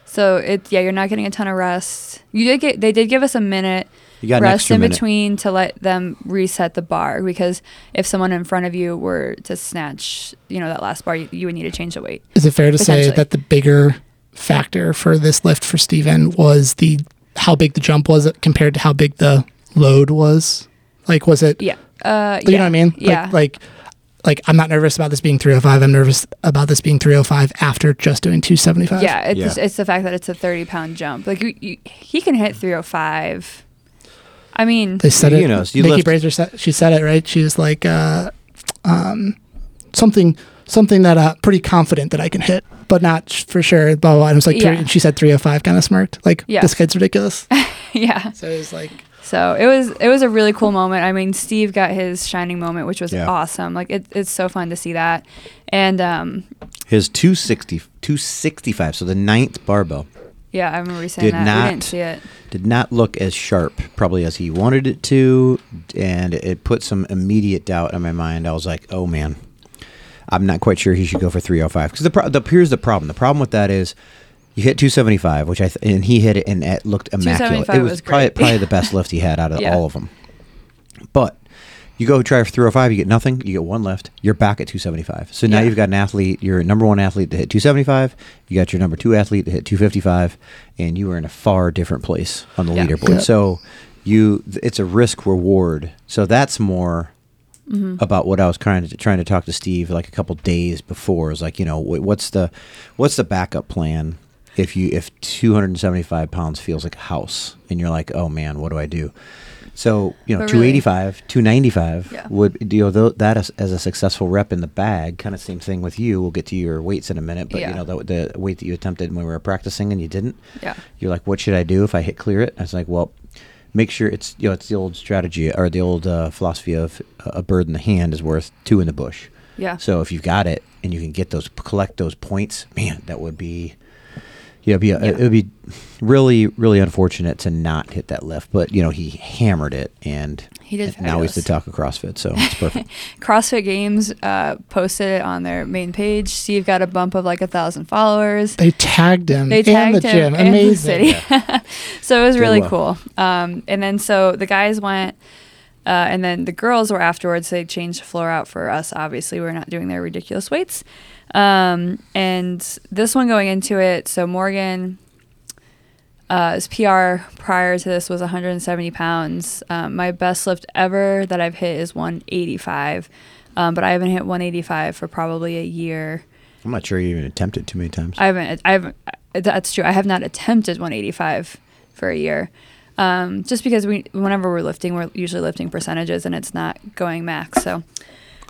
Speaker 2: So it yeah, you're not getting a ton of rest. You did get they did give us a minute
Speaker 1: You got an
Speaker 2: rest
Speaker 1: extra
Speaker 2: in
Speaker 1: minute.
Speaker 2: between to let them reset the bar because if someone in front of you were to snatch, you know, that last bar, you, you would need to change the weight.
Speaker 3: Is it fair to say
Speaker 2: Potentially.
Speaker 3: that the bigger factor for this lift for Steven was the how big the jump was compared to how big the load was? Like was it
Speaker 2: Yeah. Uh,
Speaker 3: you
Speaker 2: yeah.
Speaker 3: know what I mean?
Speaker 2: Yeah.
Speaker 3: Like like like I'm not nervous about this being 305. I'm nervous about this being 305 after just doing 275.
Speaker 2: yeah, it's,
Speaker 1: Yeah.
Speaker 2: it's the fact that it's a 30 pound jump. Like, you, you, he can hit 305. I mean,
Speaker 3: They said
Speaker 1: You
Speaker 3: it.
Speaker 1: know, you
Speaker 3: Nikki
Speaker 1: lift-
Speaker 3: Brazier said she said it right. She was like, uh, um, something, something that uh, pretty confident that I can hit, but not sh- for sure. Blah blah. blah. And it was like,
Speaker 2: Yeah.
Speaker 3: three, and she said three hundred five, kind of smirked. Like
Speaker 2: Yeah.
Speaker 3: this
Speaker 2: *laughs*
Speaker 3: kid's ridiculous.
Speaker 2: yeah.
Speaker 3: so it was like,
Speaker 2: So it was it was a really cool moment. I mean, Steve got his shining moment, which was
Speaker 1: Yeah.
Speaker 2: awesome. Like it, it's so fun to see that. And um,
Speaker 1: His 260, 265, so the ninth barbell,
Speaker 2: yeah, I remember you saying
Speaker 1: Did
Speaker 2: that. we
Speaker 1: not-
Speaker 2: didn't see it.
Speaker 1: did not look as sharp probably as he wanted it to. And it put some immediate doubt in my mind. I was like, oh man, I'm not quite sure he should go for 305. Because the, pro- the here's the problem. The problem with that is you hit 275, which I th- and he hit it and it looked immaculate.
Speaker 2: 275
Speaker 1: It was,
Speaker 2: was
Speaker 1: probably,
Speaker 2: great.
Speaker 1: probably the best lift he had out
Speaker 2: *laughs*
Speaker 1: of
Speaker 2: Yeah.
Speaker 1: all of them. But you go try for 305, you get nothing, you get one left, you're back at 275. So now
Speaker 2: Yeah.
Speaker 1: you've got an athlete, your number one athlete to hit 275, you got your number two athlete to hit 255, and you are in a far different place on the
Speaker 2: Yeah.
Speaker 1: leaderboard.
Speaker 3: Yeah.
Speaker 1: So you, th- it's a risk reward. So that's more
Speaker 2: Mm-hmm.
Speaker 1: about what I was trying to trying to talk to Steve like a couple days before. Is like you know wh- what's the what's the backup plan if you if 275 pounds feels like a house and you're like oh man what do I do? So you know
Speaker 2: But really-
Speaker 1: 285, 295
Speaker 2: Yeah.
Speaker 1: would you know tho- that as, as a successful rep in the bag. Kind of same thing with you. We'll get to your weights in a minute, but
Speaker 2: Yeah.
Speaker 1: you know the, the weight that you attempted when we were practicing and you didn't
Speaker 2: Yeah.
Speaker 1: you're like, what should I do if I hit clear it? I was like, well, make sure it's you know it's the old strategy or the old uh, philosophy of uh, a bird in the hand is worth two in the bush.
Speaker 2: Yeah.
Speaker 1: So if you've got it and you can get those collect those points, man, that would be you know be a,
Speaker 2: Yeah.
Speaker 1: it would be really really unfortunate to not hit that lift, but you know he hammered it and
Speaker 2: He did
Speaker 1: now he's the
Speaker 2: fabulous.
Speaker 1: talk of CrossFit, so it's
Speaker 2: *laughs*
Speaker 1: perfect.
Speaker 2: CrossFit Games uh, posted it on their main page. Steve got a bump of like a thousand followers.
Speaker 3: they tagged him
Speaker 2: They tagged
Speaker 3: and the
Speaker 2: him
Speaker 3: gym.
Speaker 2: and the city.
Speaker 3: Amazing.
Speaker 2: *laughs* so it was
Speaker 1: Did
Speaker 2: really
Speaker 1: well.
Speaker 2: cool. Um, and then so the guys went, uh, and then the girls were afterwards. They changed the floor out for us. Obviously, we're not doing their ridiculous weights. Um, and this one going into it, so Morgan. Uh, his PR prior to this was 170 pounds. Um, my best lift ever that I've hit is 185, um, but I haven't hit 185 for probably a year.
Speaker 1: I'm not sure you even attempted too many times.
Speaker 2: I haven't. I haven't. That's true. I have not attempted 185 for a year, um, just because we whenever we're lifting, we're usually lifting percentages, and it's not going max. So,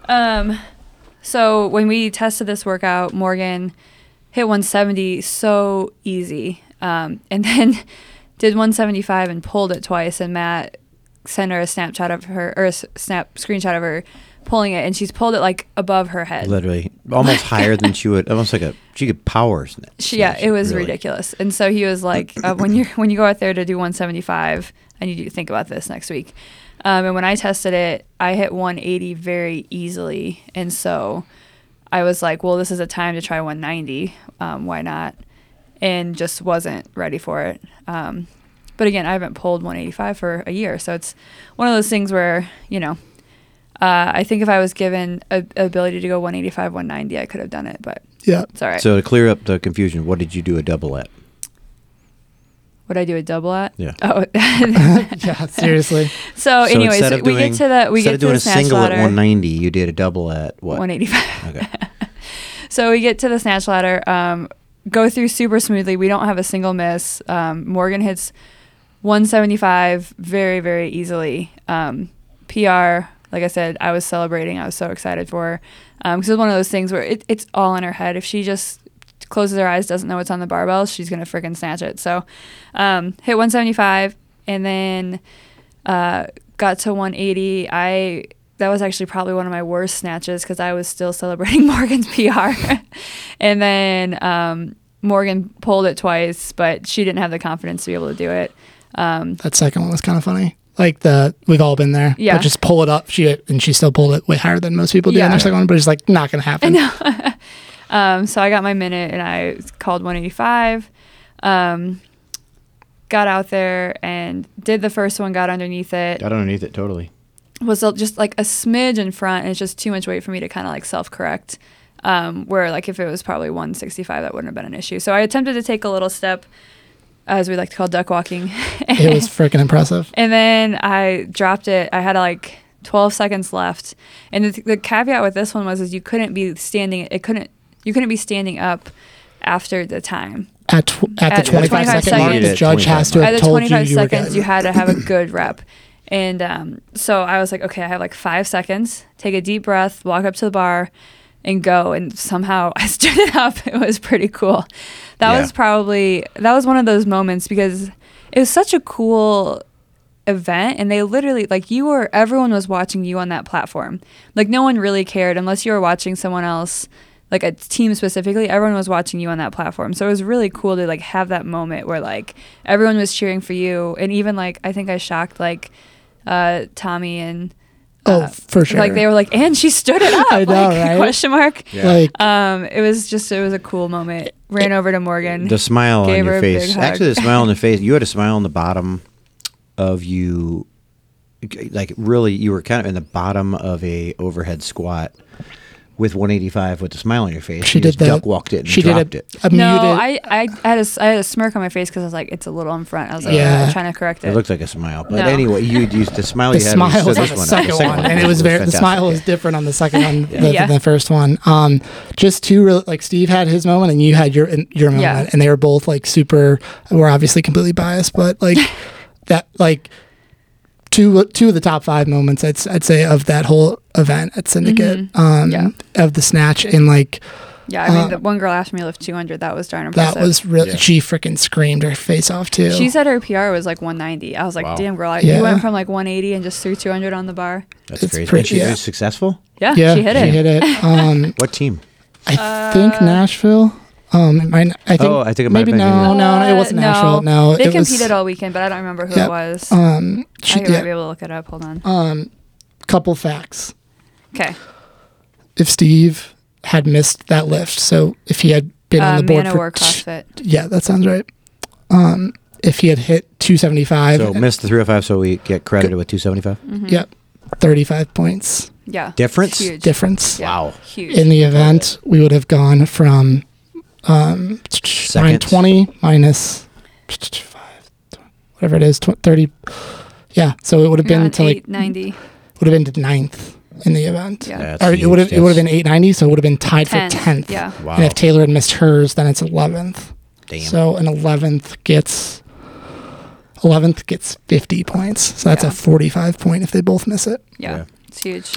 Speaker 2: um, so when we tested this workout, Morgan hit 170 so easy, um, *laughs* and then did 175 and pulled it twice, and Matt sent her a snapshot of her or a s- snap screenshot of her pulling it, and she's pulled it like above her head.
Speaker 1: Literally, almost higher than she would. Almost like a she could power. sna-
Speaker 2: *laughs* She, yeah,
Speaker 1: snatch
Speaker 2: it was
Speaker 1: really.
Speaker 2: ridiculous. And so he was like, uh, when you when you go out there to do 175, I need you to think about this next week. Um, and when I tested it, I hit 180 very easily, and so I was like, well, this is a time to try 190. Um, why not? And just wasn't ready for it. Um, but again, I haven't pulled 185 for a year, so it's one of those things where you know. Uh, I think if I was given a ability to go 185, 190, I could have done it, but
Speaker 3: Yeah. *laughs*
Speaker 2: it's all right.
Speaker 1: So to clear up the confusion, what did you do a double at?
Speaker 2: Would I do a double at?
Speaker 1: Yeah.
Speaker 2: Oh, *laughs*
Speaker 3: yeah. Seriously.
Speaker 2: so
Speaker 1: So
Speaker 2: Oh, anyways,
Speaker 1: instead of
Speaker 2: we
Speaker 1: doing-
Speaker 2: get to the we
Speaker 1: instead
Speaker 2: get
Speaker 1: of
Speaker 2: to
Speaker 1: doing
Speaker 2: the
Speaker 1: a
Speaker 2: snatch
Speaker 1: single
Speaker 2: ladder.
Speaker 1: at 190, you did a double at what?
Speaker 2: 185.
Speaker 1: Okay.
Speaker 2: *laughs* So we get to the snatch ladder. Um, go through super smoothly. We don't have a single miss. Um, Morgan hits 175 very very easily. Um, PR. Like I said, I was celebrating. I was so excited for her Um, because it's one of those things where it, it's all in her head. If she just closes her eyes, doesn't know what's on the barbell, she's gonna freaking snatch it. So um, hit 175 and then uh, got to 180. I that was actually probably one of my worst snatches because I was still *laughs* celebrating Morgan's PR, *laughs* and then um, Morgan pulled it twice, but she didn't have the confidence to be able to do it. Um,
Speaker 3: That second one was kind of funny. Like the we've all been there.
Speaker 2: Yeah.
Speaker 3: But just pull it up. She and she still pulled it way higher than most people do
Speaker 2: Yeah.
Speaker 3: on their second one, but it's like not gonna happen.
Speaker 2: um, so I got my minute and I called 185. Um, got out there and did the first one, got underneath it,
Speaker 1: Got underneath it totally.
Speaker 2: was a- just like a smidge in front, and it's just too much weight for me to kind of like self correct. Um, where like if it was probably 165, that wouldn't have been an issue. So I attempted to take a little step, as we like to call duck walking. *laughs*
Speaker 3: It was freaking impressive.
Speaker 2: And then I dropped it. I had like 12 seconds left. And the, the caveat with this one was is you couldn't be standing. It couldn't. You couldn't be standing up after the time.
Speaker 3: At, tw- at,
Speaker 2: At
Speaker 3: the 25
Speaker 2: 25
Speaker 3: second mark,
Speaker 2: seconds.
Speaker 3: the judge has to
Speaker 1: I've
Speaker 2: At
Speaker 3: have
Speaker 2: the
Speaker 3: told you
Speaker 2: 25
Speaker 3: you were
Speaker 2: seconds,
Speaker 3: good.
Speaker 2: you had to have a
Speaker 3: *clears throat*
Speaker 2: good rep. And um, so I was like, okay, I have like five seconds. Take a deep breath. Walk up to the bar. And go and somehow *laughs* I stood it up. It was pretty cool. That
Speaker 1: Yeah.
Speaker 2: was probably that was one of those moments because it was such a cool event and they literally like you were everyone was watching you on that platform like no one really cared unless you were watching someone else like a team specifically everyone was watching you on that platform so it was really cool to like have that moment where like everyone was cheering for you and even like i think i shocked like uh tommy and
Speaker 3: oh, for sure.
Speaker 2: uh, like they were like and she stood
Speaker 3: *laughs*
Speaker 2: it up
Speaker 3: I know,
Speaker 2: like *laughs*
Speaker 3: right?
Speaker 2: question mark
Speaker 1: Yeah.
Speaker 3: Like,
Speaker 2: um it was just it was a cool moment ran over to morgan
Speaker 1: The smile on
Speaker 2: Gave her
Speaker 1: your
Speaker 2: a big
Speaker 1: face.
Speaker 2: hug.
Speaker 1: Actually, the
Speaker 2: *laughs*
Speaker 1: smile on the face. You had a smile on the bottom of you. Like really, you were kind of in the bottom of a overhead squat with 185 with a smile on your face.
Speaker 3: she
Speaker 1: you
Speaker 3: did
Speaker 1: just
Speaker 3: the.
Speaker 1: duck walked it and
Speaker 3: she
Speaker 1: dropped
Speaker 3: did
Speaker 1: it.
Speaker 3: a, a
Speaker 2: no,
Speaker 3: muted.
Speaker 2: I, I, I had a, s- I had a smirk on my face because I was like, it's a little in front. I was like,
Speaker 3: Yeah.
Speaker 2: yeah. trying to correct it.
Speaker 1: It looked like a smile, but
Speaker 2: No.
Speaker 1: anyway, you used the smile.
Speaker 3: the
Speaker 1: you had
Speaker 3: smile was
Speaker 1: stood
Speaker 3: on
Speaker 1: this
Speaker 3: the
Speaker 1: one up.
Speaker 3: second one, and it was very the
Speaker 1: fantastic.
Speaker 3: smile was different on the second *laughs* one than
Speaker 2: Yeah.
Speaker 3: than the first one. Um, just two real like Steve had his moment and you had your your moment,
Speaker 2: Yeah.
Speaker 3: and they were both like super. We're obviously completely biased,
Speaker 2: *laughs*
Speaker 3: but like that like two two of the top five moments I'd s- I'd say of that whole event at Syndicate. Um,
Speaker 2: Mm-hmm. Yeah.
Speaker 3: of the snatch and like
Speaker 2: yeah, I mean, the one girl asked me to lift 200. That was darn
Speaker 3: Uh, that
Speaker 2: impressive.
Speaker 3: was really
Speaker 1: Yeah.
Speaker 3: she freaking screamed her face off too.
Speaker 2: She said her PR was like 190. I was like,
Speaker 1: Wow.
Speaker 2: damn girl, I,
Speaker 3: Yeah.
Speaker 2: you went from like 180 and just threw 200 on the bar.
Speaker 1: That's
Speaker 3: It's
Speaker 1: crazy.
Speaker 3: pretty-
Speaker 1: and she
Speaker 3: yeah.
Speaker 1: was successful.
Speaker 2: Yeah,
Speaker 3: yeah,
Speaker 2: she hit
Speaker 3: She
Speaker 2: it.
Speaker 3: hit it. Um,
Speaker 2: *laughs*
Speaker 1: What team?
Speaker 3: I think
Speaker 2: Uh,
Speaker 3: Nashville. Um, it might, I think.
Speaker 1: Oh, I think it might
Speaker 3: maybe
Speaker 1: have been-
Speaker 3: no,
Speaker 1: Uh,
Speaker 3: no, no, it wasn't Nashville. No,
Speaker 2: they
Speaker 3: it was-
Speaker 2: competed all weekend, but I don't remember who
Speaker 3: Yeah,
Speaker 2: it was.
Speaker 3: Um,
Speaker 2: I
Speaker 3: she,
Speaker 2: might be
Speaker 3: yeah,
Speaker 2: able to look it up. Hold on.
Speaker 3: um, couple facts.
Speaker 2: Okay.
Speaker 3: If Steve had missed that lift, so if he had been on
Speaker 2: Uh,
Speaker 3: the board
Speaker 2: Mana
Speaker 3: for,
Speaker 2: or CrossFit.
Speaker 3: yeah, that sounds right. Um, if he had hit two seventy five,
Speaker 1: So missed the 305, so we get credited with 275.
Speaker 3: yep, thirty five points
Speaker 2: Mm-hmm. Yeah.
Speaker 1: Difference?
Speaker 2: Huge.
Speaker 3: difference
Speaker 2: Yeah.
Speaker 1: Wow.
Speaker 2: Huge.
Speaker 3: in the event. We would have gone from um, nine twenty minus five, whatever it is, tw- thirty. Yeah, so it would have
Speaker 2: You're
Speaker 3: been
Speaker 2: on
Speaker 3: to like
Speaker 2: 890.
Speaker 3: would have been to ninth in the event.
Speaker 2: Yeah.
Speaker 1: That's
Speaker 3: Or it
Speaker 1: huge.
Speaker 3: would have it
Speaker 1: That's-
Speaker 3: would have been eight ninety, so it would have been tied
Speaker 2: 10th.
Speaker 3: for tenth.
Speaker 2: Yeah.
Speaker 1: Wow.
Speaker 3: And if Taylor had missed hers, then it's eleventh.
Speaker 1: Damn.
Speaker 3: So an eleventh gets eleventh gets fifty points. So that's
Speaker 2: Yeah.
Speaker 3: a forty five point if they both miss it.
Speaker 2: Yeah.
Speaker 1: Yeah.
Speaker 2: It's huge.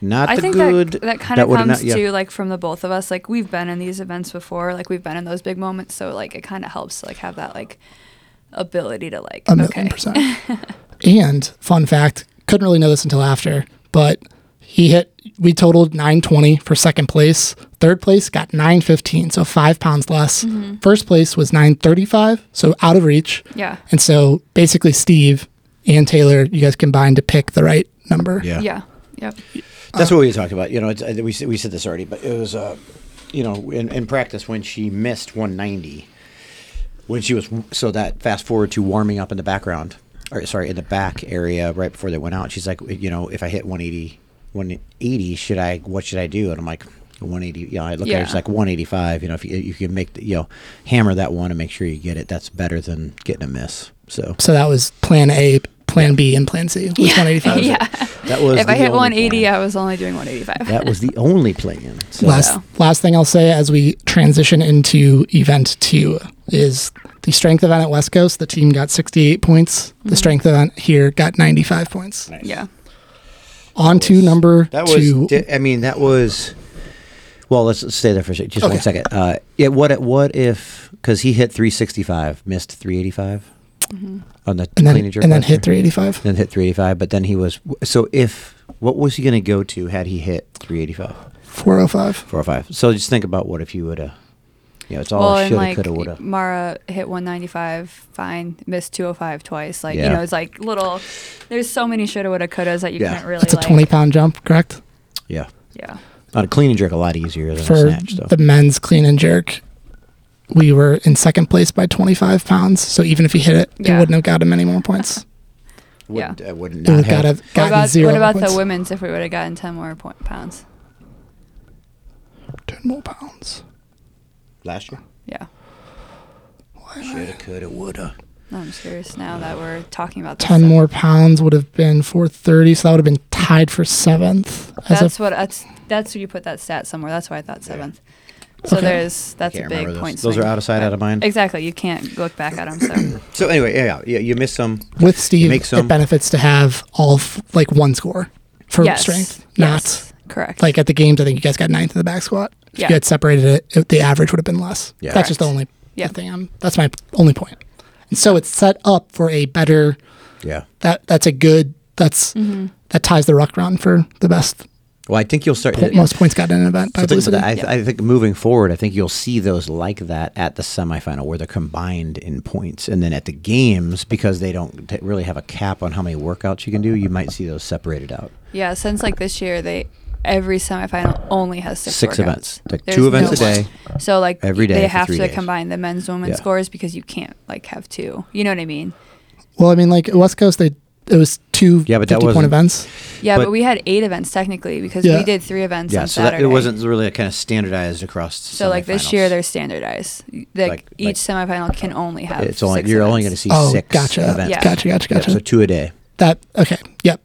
Speaker 1: not
Speaker 2: I
Speaker 1: the
Speaker 2: think
Speaker 1: good.
Speaker 2: that that kind
Speaker 1: that
Speaker 2: of
Speaker 1: would've
Speaker 2: comes
Speaker 1: not- yeah.
Speaker 2: to like from the both of us. Like we've been in these events before. Like we've been in those big moments. So like it kind of helps to like have that like ability to like
Speaker 3: A
Speaker 2: okay. *laughs*
Speaker 3: million percent. and fun fact, couldn't really know this until after, but he hit we totaled nine twenty for second place. Third place got nine fifteen, so five pounds less.
Speaker 2: Mm-hmm.
Speaker 3: First place was nine thirty five, so out of reach.
Speaker 2: Yeah.
Speaker 3: And so basically, Steve and Taylor, you guys combined to pick the right number.
Speaker 1: Yeah.
Speaker 2: Yeah. Yep.
Speaker 1: That's what we talked about. You know, it's, uh, we said- we said this already, but it was, uh, you know, in, in practice when she missed 190, when she was so that fast forward to warming up in the background, or sorry, in the back area right before they went out. She's like, you know, if I hit 180, 180, should I? What should I do? And I'm like. 180, you know, I look at her,
Speaker 2: Yeah.
Speaker 1: it's like 185. You know, if you, you can make, the, you know, hammer that one and make sure you get it, that's better than getting a miss. So
Speaker 3: So that was Plan A, Plan B, and Plan C. Was one eighty
Speaker 2: *laughs*
Speaker 3: five.
Speaker 2: yeah.
Speaker 1: that was,
Speaker 2: If I
Speaker 1: the
Speaker 2: hit uh,
Speaker 1: only
Speaker 2: 180,
Speaker 1: plan.
Speaker 2: I was only doing 185.
Speaker 1: that was the only plan. So,
Speaker 3: Last
Speaker 2: Wow.
Speaker 3: last thing I'll say as we transition into event two is the strength event at West Coast. The team got sixty eight points.
Speaker 2: Mm-hmm.
Speaker 3: The strength event here got ninety five points.
Speaker 2: *laughs*
Speaker 1: Nice.
Speaker 2: yeah.
Speaker 3: On to number
Speaker 1: That was.
Speaker 3: two.
Speaker 1: di- I mean, that was. Well, let's, let's stay there for a second. Just
Speaker 3: Okay.
Speaker 1: one second. Uh, yeah. What? i- What if? Because he hit 365, missed 385 on the
Speaker 3: and then,
Speaker 1: clean and jerk
Speaker 3: and then
Speaker 1: last year.
Speaker 3: hit 385.
Speaker 1: Then hit 385, but then he was. So if what was he going to go to had he hit 385,
Speaker 3: 405.
Speaker 1: 405? So just think about what if you would have. You know, it's all
Speaker 2: well, and
Speaker 1: shoulda,
Speaker 2: like
Speaker 1: coulda, woulda.
Speaker 2: Mara hit 195, fine. Missed 205 twice. Like you
Speaker 1: Yeah.
Speaker 2: know, it's like little. There's so many shoulda, woulda, couldas that you
Speaker 1: Yeah.
Speaker 2: can't really.
Speaker 3: That's a
Speaker 2: like,
Speaker 3: 20 pound jump, correct?
Speaker 1: Yeah,
Speaker 2: Yeah.
Speaker 1: on a clean and jerk, a lot easier than
Speaker 3: For
Speaker 1: a snatch, though.
Speaker 3: the men's clean and jerk. we were in second place by 25 pounds. So even if he hit it,
Speaker 2: Yeah.
Speaker 3: he wouldn't have got him any more points.
Speaker 1: Wouldn't, I would
Speaker 3: He would
Speaker 1: not
Speaker 3: have
Speaker 1: have.
Speaker 3: got, have
Speaker 2: What
Speaker 3: gotten
Speaker 2: about,
Speaker 3: zero
Speaker 2: what about
Speaker 3: points.
Speaker 2: the women's if we would have gotten 10 more point, pounds?
Speaker 3: 10 more pounds.
Speaker 1: Last year?
Speaker 2: Yeah.
Speaker 1: Shoulda, coulda, woulda.
Speaker 2: No, I'm just curious now that we're talking about this
Speaker 3: 10
Speaker 2: stuff.
Speaker 3: more pounds would have been 430. So that would have been tied for seventh. As
Speaker 2: That's
Speaker 3: a,
Speaker 2: what that's that's where you put that stat somewhere. That's why I thought seventh. So
Speaker 3: Okay.
Speaker 2: there's that's a
Speaker 1: can't
Speaker 2: big
Speaker 1: remember those.
Speaker 2: point.
Speaker 1: Those are
Speaker 2: swing.
Speaker 1: out of sight, out of mind.
Speaker 2: Exactly. You can't look back at them. So
Speaker 1: *coughs* So anyway, yeah, yeah, yeah, you missed some.
Speaker 3: with Steve,
Speaker 1: make some-
Speaker 3: it benefits to have all f- like one score for
Speaker 2: yes,
Speaker 3: strength,
Speaker 2: yes, correct.
Speaker 3: not like at the games. I think you guys got ninth in the back squat. If
Speaker 2: Yeah.
Speaker 3: you had separated it, it, the average would have been less.
Speaker 1: Yeah.
Speaker 3: That's just the
Speaker 2: Correct.
Speaker 3: only
Speaker 2: Yeah.
Speaker 3: thing. I'm, that's my only point. And so it's set up for a better.
Speaker 1: Yeah.
Speaker 3: That that's a good. That's
Speaker 2: Mm-hmm.
Speaker 3: that ties the ruck round for the best
Speaker 1: Well, I think you'll start.
Speaker 3: po- most points got in an event. By
Speaker 1: So think about
Speaker 3: Felicity.
Speaker 1: that. I, th- I think moving forward, I think you'll see those like that at the semifinal where they're combined in points, and then at the games because they don't t- really have a cap on how many workouts you can do. You might see those separated out.
Speaker 2: yeah, since like this year they every semifinal only has six
Speaker 1: Six
Speaker 2: workouts.
Speaker 1: events. Like,
Speaker 2: There's
Speaker 1: two events a day,
Speaker 2: one. So like
Speaker 1: every day
Speaker 2: they
Speaker 1: for
Speaker 2: have
Speaker 1: three
Speaker 2: to
Speaker 1: days.
Speaker 2: combine the men's and women's
Speaker 1: Yeah.
Speaker 2: scores because you can't like have two. You know what I mean?
Speaker 3: well, I mean, like at West Coast, they it was two
Speaker 1: Yeah, but that
Speaker 3: 50 point
Speaker 1: wasn't-
Speaker 3: events.
Speaker 2: Yeah, but,
Speaker 1: But-
Speaker 2: we had eight events technically because
Speaker 3: Yeah.
Speaker 2: we did three events
Speaker 1: yeah,
Speaker 2: on
Speaker 1: so that,
Speaker 2: Saturday.
Speaker 1: it wasn't really kind of standardized across.
Speaker 2: So like this year,
Speaker 1: semifinals.
Speaker 2: they're standardized. Like,
Speaker 1: Like-
Speaker 2: each
Speaker 1: like-
Speaker 2: semifinal can only have.
Speaker 1: it's only
Speaker 2: six
Speaker 1: you're only going
Speaker 2: events.
Speaker 1: to see
Speaker 3: Oh,
Speaker 1: six
Speaker 3: gotcha.
Speaker 1: events.
Speaker 2: Yeah.
Speaker 3: Gotcha, gotcha,
Speaker 1: Yeah,
Speaker 3: gotcha.
Speaker 1: so two a day.
Speaker 3: That okay. Yep.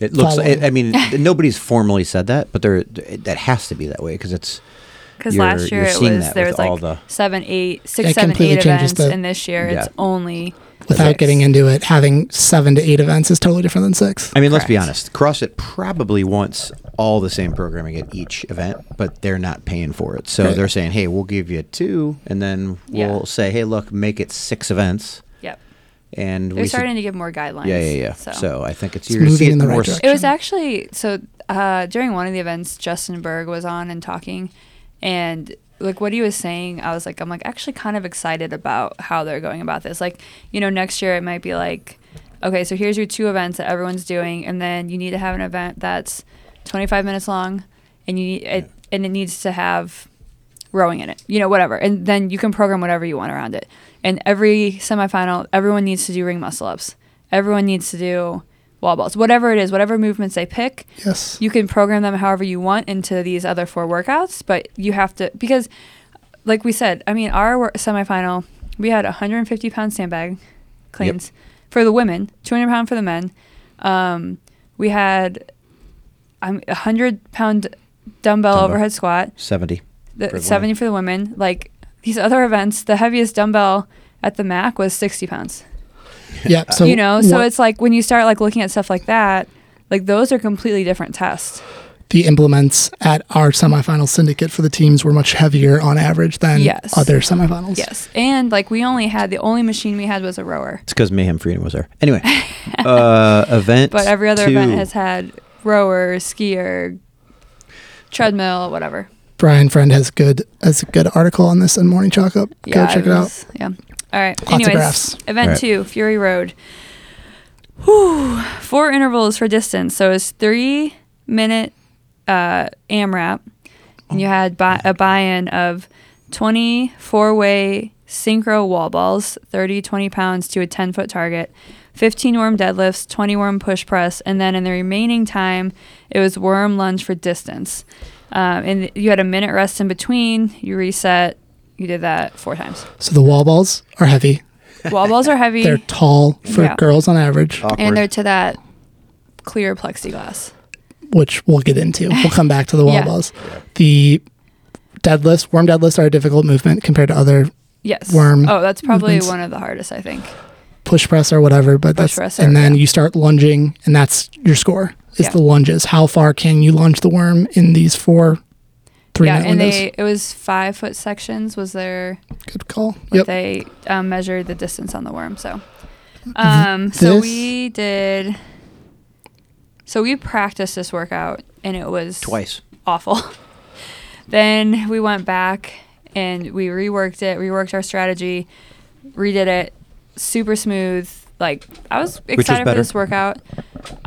Speaker 1: It looks.
Speaker 3: Follow.
Speaker 1: Like, I
Speaker 3: *laughs*
Speaker 1: mean, nobody's formally said that, but there that has to be that way because it's.
Speaker 2: Because
Speaker 1: you're-
Speaker 2: last year
Speaker 1: you're
Speaker 2: it
Speaker 1: seeing
Speaker 2: was
Speaker 1: that
Speaker 2: there
Speaker 1: with
Speaker 2: was like
Speaker 1: all the-
Speaker 2: seven, eight, six,
Speaker 3: It
Speaker 2: seven,
Speaker 3: completely
Speaker 2: eight
Speaker 3: changes
Speaker 2: events,
Speaker 3: the-
Speaker 2: and this year it's
Speaker 1: Yeah.
Speaker 2: only
Speaker 3: Without
Speaker 2: six.
Speaker 3: getting into it, having seven to eight events is totally different than six.
Speaker 1: I mean, let's be
Speaker 2: Correct.
Speaker 1: honest. CrossFit probably wants all the same programming at each event, but they're not paying for it. So
Speaker 3: Right.
Speaker 1: they're saying, "Hey, we'll give you two, and then
Speaker 2: Yeah.
Speaker 1: we'll say, "Hey, look, make it six events."
Speaker 2: Yep,
Speaker 1: And
Speaker 2: they're
Speaker 1: we
Speaker 2: starting
Speaker 1: should,
Speaker 2: to give more guidelines.
Speaker 1: yeah, yeah, yeah. So.
Speaker 2: So,
Speaker 1: I think it's, you're gonna
Speaker 3: moving
Speaker 1: see it
Speaker 3: in the right
Speaker 1: more
Speaker 3: direction.
Speaker 2: it was actually so uh, during one of the events, Justin Berg was on and talking, and like what he was saying, I was like, I'm like actually kind of excited about how they're going about this. Like, you know, next year it might be like, okay, so here's your two events that everyone's doing, and then you need to have an event that's 25 minutes long, and you need it, and it needs to have rowing in it, you know, whatever. And then you can program whatever you want around it. And every semifinal, everyone needs to do ring muscle ups. Everyone needs to do wall balls, whatever it is, whatever movements they pick.
Speaker 3: Yes.
Speaker 2: You can program them however you want into these other four workouts, but you have to, because like we said, I mean, our wor- semifinal, we had 150 pound sandbag cleans for the women, 200 pound for the men. Um, we had um, 100 pound dumbbell
Speaker 1: Dumbbell.
Speaker 2: overhead squat
Speaker 1: seventy.
Speaker 2: the
Speaker 1: for women.
Speaker 2: 70 for the women. Like these other events, the heaviest dumbbell at the MAC was 60 pounds.
Speaker 1: uh,
Speaker 3: Yep. So
Speaker 2: you know, so
Speaker 3: what-
Speaker 2: it's like when you start like looking at stuff like that, like those are completely different tests.
Speaker 3: the implements at our semifinal syndicate for the teams were much heavier on average than
Speaker 2: Yes.
Speaker 3: other semifinals.
Speaker 2: Yes. And like we only had the only machine we had was a rower,
Speaker 1: It's because Mayhem Freedom was there.
Speaker 2: *laughs*
Speaker 1: Anyway, uh, event.
Speaker 2: but every other
Speaker 1: two.
Speaker 2: event has had rower, skier, treadmill, whatever.
Speaker 3: Brian Friend has good has a good article on this in Morning Chalk Up.
Speaker 2: Yeah,
Speaker 3: Go check it out.
Speaker 2: was- Yeah. All right.
Speaker 3: of graphs.
Speaker 2: Anyways, event
Speaker 1: All right.
Speaker 2: two, Fury Road. Whew. Four intervals for distance. So it's three minute uh, AMRAP, and you had buy- a buy in of 20 four way synchro wall balls, 30, 20 pounds to a 10 foot target, 15 worm deadlifts, 20 worm push press, and then in the remaining time, it was worm lunge for distance. Um, and you had a minute rest in between, you reset. You did that four times.
Speaker 3: So the wall balls are heavy.
Speaker 2: Wall balls are heavy,
Speaker 3: They're tall for
Speaker 2: Yeah.
Speaker 3: girls on average,
Speaker 1: Awkward.
Speaker 2: and they're to that clear plexiglass.
Speaker 3: which we'll get into. We'll come back to the wall
Speaker 2: *laughs* Yeah.
Speaker 3: balls. The deadlifts, worm deadlifts are a difficult movement compared to other
Speaker 2: Yes.
Speaker 3: Worm Mm-hmm.
Speaker 2: Oh, that's probably
Speaker 3: movements.
Speaker 2: one of the hardest, I think.
Speaker 3: push press or whatever,
Speaker 2: Push
Speaker 3: but that's
Speaker 2: press
Speaker 3: and
Speaker 2: or-
Speaker 3: then
Speaker 2: yeah.
Speaker 3: you start lunging and that's your score. Is
Speaker 2: Yeah.
Speaker 3: the lunges. How far can you lunge the worm in these four three
Speaker 2: yeah,
Speaker 3: minute
Speaker 2: and
Speaker 3: windows?
Speaker 2: they it was five foot sections. Was there?
Speaker 3: Good call.
Speaker 2: Yep.
Speaker 3: Yep.
Speaker 2: They um, measured the distance on the worm. So, um, so
Speaker 3: Mm-hmm. this-
Speaker 2: we did. So we practiced this workout, and it was
Speaker 1: twice.
Speaker 2: awful. *laughs* then we went back and we reworked it, reworked our strategy, redid it, super smooth. Like I was
Speaker 1: was
Speaker 2: excited for
Speaker 1: better?
Speaker 2: this workout.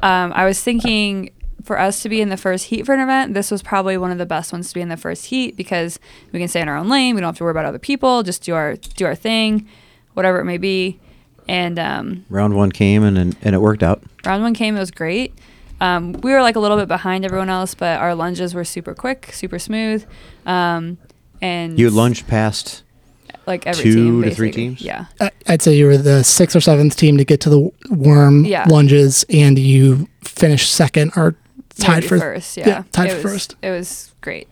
Speaker 2: Um, I was thinking for us to be in the first heat for an event, this was probably one of the best ones to be in the first heat because we can stay in our own lane. We don't have to worry about other people. Just do our do our thing, whatever it may be. And um,
Speaker 1: Round one came and and, and it worked out.
Speaker 2: round one came. It was great. Um, we were like a little bit behind everyone else, but our lunges were super quick, super smooth. Um, and
Speaker 1: You lunged past.
Speaker 2: like every
Speaker 1: two
Speaker 2: team,
Speaker 1: to three
Speaker 2: basically.
Speaker 1: teams?
Speaker 2: Yeah,
Speaker 3: I- I'd say you were the sixth or seventh team to get to the w- worm
Speaker 2: Yeah.
Speaker 3: lunges, and you finished second or tied
Speaker 2: Maybe
Speaker 3: for
Speaker 2: first. Yeah,
Speaker 3: yeah, tied
Speaker 2: it was,
Speaker 3: for first.
Speaker 2: It was great.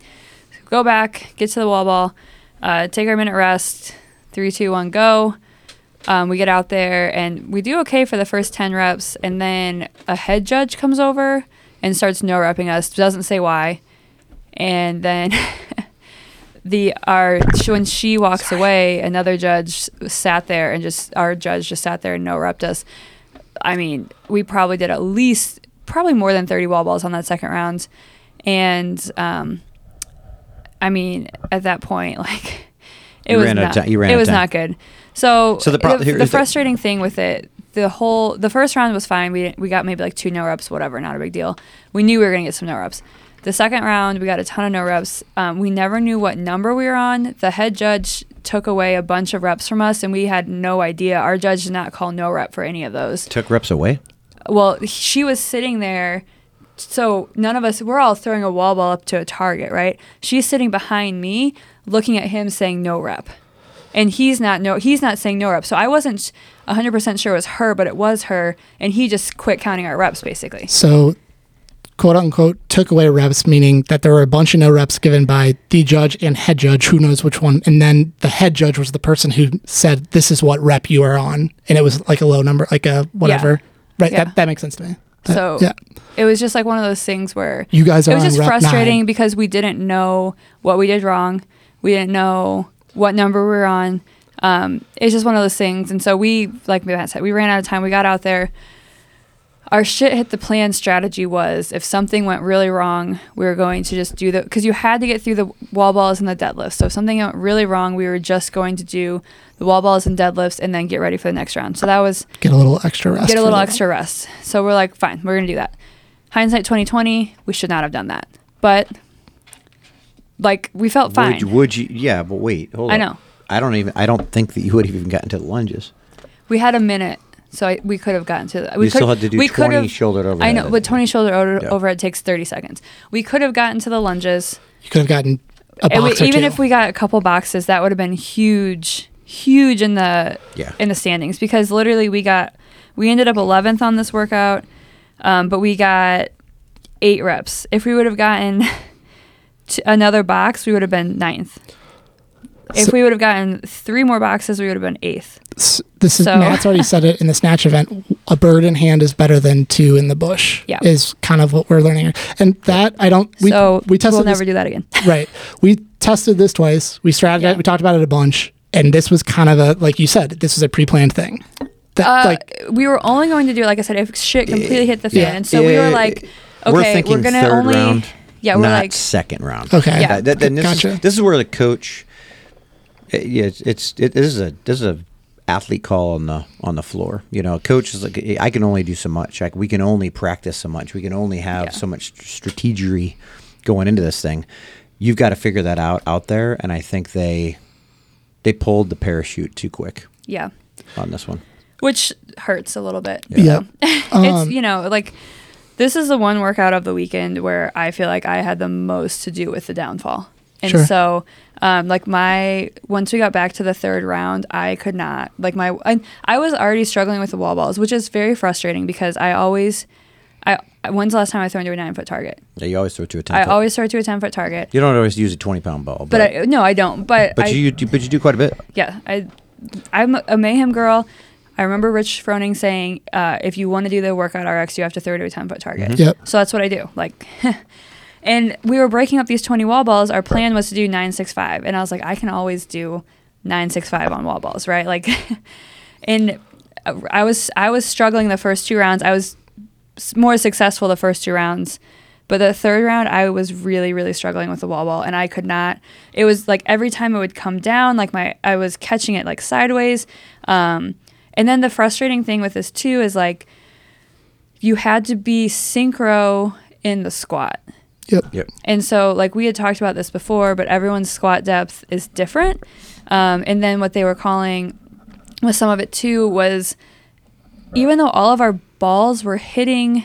Speaker 2: Go back, get to the wall ball, uh, take our minute rest. Three, two, one, go. Um, we get out there and we do okay for the first ten reps, and then a head judge comes over and starts no repping us. Doesn't say why, and then. *laughs* The our when she walks away, another judge sat there and just our judge just sat there and no repped us. I mean, we probably did at least probably more than 30 wall balls on that second round. And um, I mean, at that point, *laughs* like it
Speaker 1: You
Speaker 2: was
Speaker 1: ran out of
Speaker 2: not,
Speaker 1: ti- you ran
Speaker 2: it
Speaker 1: out of
Speaker 2: was
Speaker 1: time.
Speaker 2: not good. So,
Speaker 1: So the pro-
Speaker 2: the,
Speaker 1: here
Speaker 2: the
Speaker 1: is the-
Speaker 2: frustrating thing with it, the whole the first round was fine. We we got maybe like two no reps, whatever, not a big deal. We knew we were gonna get some no reps. The second round, we got a ton of no reps. Um, we never knew what number we were on. The head judge took away a bunch of reps from us, and we had no idea. Our judge did not call no rep for any of those
Speaker 1: Took reps away.
Speaker 2: well he- she was sitting there so none of us we're all throwing a wall ball up to a target right she's sitting behind me looking at him saying no rep and he's not no he's not saying no rep so i wasn't 100% sure it was her but it was her and he just quit counting our reps basically
Speaker 3: So, quote unquote, took away reps, meaning that there were a bunch of no reps given by the judge and head judge, who knows which one. And then the head judge was the person who said, This is what rep you are on. And it was like a low number, like a whatever. Right.
Speaker 2: Yeah.
Speaker 3: That, that makes sense to me. That-
Speaker 2: So-
Speaker 3: Uh, yeah.
Speaker 2: it was just like one of those things where
Speaker 3: You guys are
Speaker 2: it was
Speaker 3: on
Speaker 2: just
Speaker 3: rep
Speaker 2: frustrating
Speaker 3: nine.
Speaker 2: because we didn't know what we did wrong we didn't know what number we were on um, it's just one of those things and so we like Matt said we ran out of time we got out there our shit hit the plan strategy was if something went really wrong we were going to just do the because you had to get through the wall balls and the deadlifts so if something went really wrong we were just going to do the wall balls and deadlifts and then get ready for the next round so that was
Speaker 3: Get a little extra rest.
Speaker 2: get a
Speaker 3: for
Speaker 2: little
Speaker 3: that.
Speaker 2: extra rest. So we're like, fine, we're gonna do that. Hindsight 2020, we should not have done that, but like we felt fine.
Speaker 1: Would, would you? Yeah, but wait. Hold
Speaker 2: I
Speaker 1: on.
Speaker 2: know.
Speaker 1: I don't even. I don't think that you would have even gotten to the lunges.
Speaker 2: we had a minute, so I, we could have gotten to that. We
Speaker 1: You still
Speaker 2: could-
Speaker 1: had to do
Speaker 2: we could
Speaker 1: 20
Speaker 2: have-
Speaker 1: shoulder overhead,
Speaker 2: I know,
Speaker 1: I
Speaker 2: but
Speaker 1: think.
Speaker 2: 20 shoulder over,
Speaker 1: Yeah.
Speaker 2: overhead takes 30 seconds. We could have gotten to the lunges.
Speaker 3: You could have gotten a
Speaker 2: And we,
Speaker 3: box or
Speaker 2: even
Speaker 3: two.
Speaker 2: if we got a couple boxes, that would have been huge, huge in the
Speaker 1: Yeah.
Speaker 2: in the standings because literally we got we ended up 11th on this workout, um, but we got eight reps. If we would have gotten *laughs* t- another box, we would have been ninth. If
Speaker 3: So-
Speaker 2: we would have gotten three more boxes, we would have been eighth.
Speaker 3: S- this is
Speaker 2: So-
Speaker 3: Matt's already said it in the snatch event. A bird in hand is better than two in the bush.
Speaker 2: Yeah.
Speaker 3: is kind of what we're learning, here. and that I don't. We,
Speaker 2: so
Speaker 3: we tested
Speaker 2: we'll
Speaker 3: this,
Speaker 2: never do that again.
Speaker 3: right. We tested this twice. We strategized.
Speaker 2: Yeah.
Speaker 3: We talked about it a bunch, and this was kind of a like you said. This was a pre-planned thing. That
Speaker 2: Uh,
Speaker 3: like
Speaker 2: we were only going to do, like I said, if shit completely hit the fan.
Speaker 3: Yeah.
Speaker 2: And so we were
Speaker 1: Yeah.
Speaker 2: like, okay,
Speaker 1: We're
Speaker 2: we're,
Speaker 1: thinking
Speaker 2: gonna
Speaker 1: third
Speaker 2: only.
Speaker 1: round,
Speaker 2: yeah, we're
Speaker 1: not
Speaker 2: like,
Speaker 1: second round.
Speaker 3: okay.
Speaker 2: Yeah.
Speaker 1: That- that- then this,
Speaker 3: gotcha.
Speaker 1: is, this is where the coach. uh, yeah, it's, it's it, this is a this is a athlete call on the on the floor. You know, a coach is like I can only do so much. Like we can only practice so much. We can only have
Speaker 2: Yeah.
Speaker 1: so much strategery going into this thing. You've got to figure that out out there, and I think they they pulled the parachute too quick
Speaker 2: yeah,
Speaker 1: on this one.
Speaker 2: which hurts a little bit.
Speaker 3: yeah.
Speaker 2: *laughs*
Speaker 3: Um,
Speaker 2: it's you know like this is the one workout of the weekend where I feel like I had the most to do with the downfall, and
Speaker 3: Sure.
Speaker 2: so um, like my once we got back to the third round, I could not like my I, I was already struggling with the wall balls, which is very frustrating because I always I when's the last time I threw into a nine foot target?
Speaker 1: Yeah, you always throw to a ten.
Speaker 2: I
Speaker 1: foot.
Speaker 2: always throw to a ten foot target,
Speaker 1: you don't always use a twenty pound ball, but
Speaker 2: but I, no, I don't. But
Speaker 1: but
Speaker 2: I,
Speaker 1: you, you but you do quite a bit.
Speaker 2: yeah, I, I'm a mayhem girl. I remember Rich Froning saying, uh, "If you want to do the workout RX, you have to throw to a ten foot target."
Speaker 3: Yep.
Speaker 2: So that's what I do. Like, *laughs* and we were breaking up these twenty wall balls. Our plan was to do nine six five, and I was like, I can always do nine six five on wall balls, right? Like, *laughs* and uh, I was I was struggling the first two rounds. I was s- more successful the first two rounds. But the third round, I was really, really struggling with the wall ball, and I could not. It was like every time it would come down, like my I was catching it like sideways. Um, and then the frustrating thing with this too is like you had to be synchro in the squat.
Speaker 3: Yep.
Speaker 1: Yep.
Speaker 2: And so, like we had talked about this before, but everyone's squat depth is different. Um, and then what they were calling with some of it too was even though all of our balls were hitting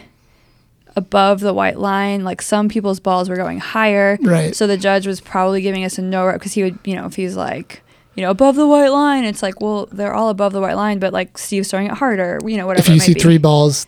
Speaker 2: above the white line, like some people's balls were going higher.
Speaker 3: Right.
Speaker 2: So the judge was probably giving us a no rep because he would, you know, if he's like, you know, above the white line, it's like, well, they're all above the white line, but like Steve's throwing it harder, you know, whatever.
Speaker 3: If you
Speaker 2: it might
Speaker 3: see
Speaker 2: be,
Speaker 3: three balls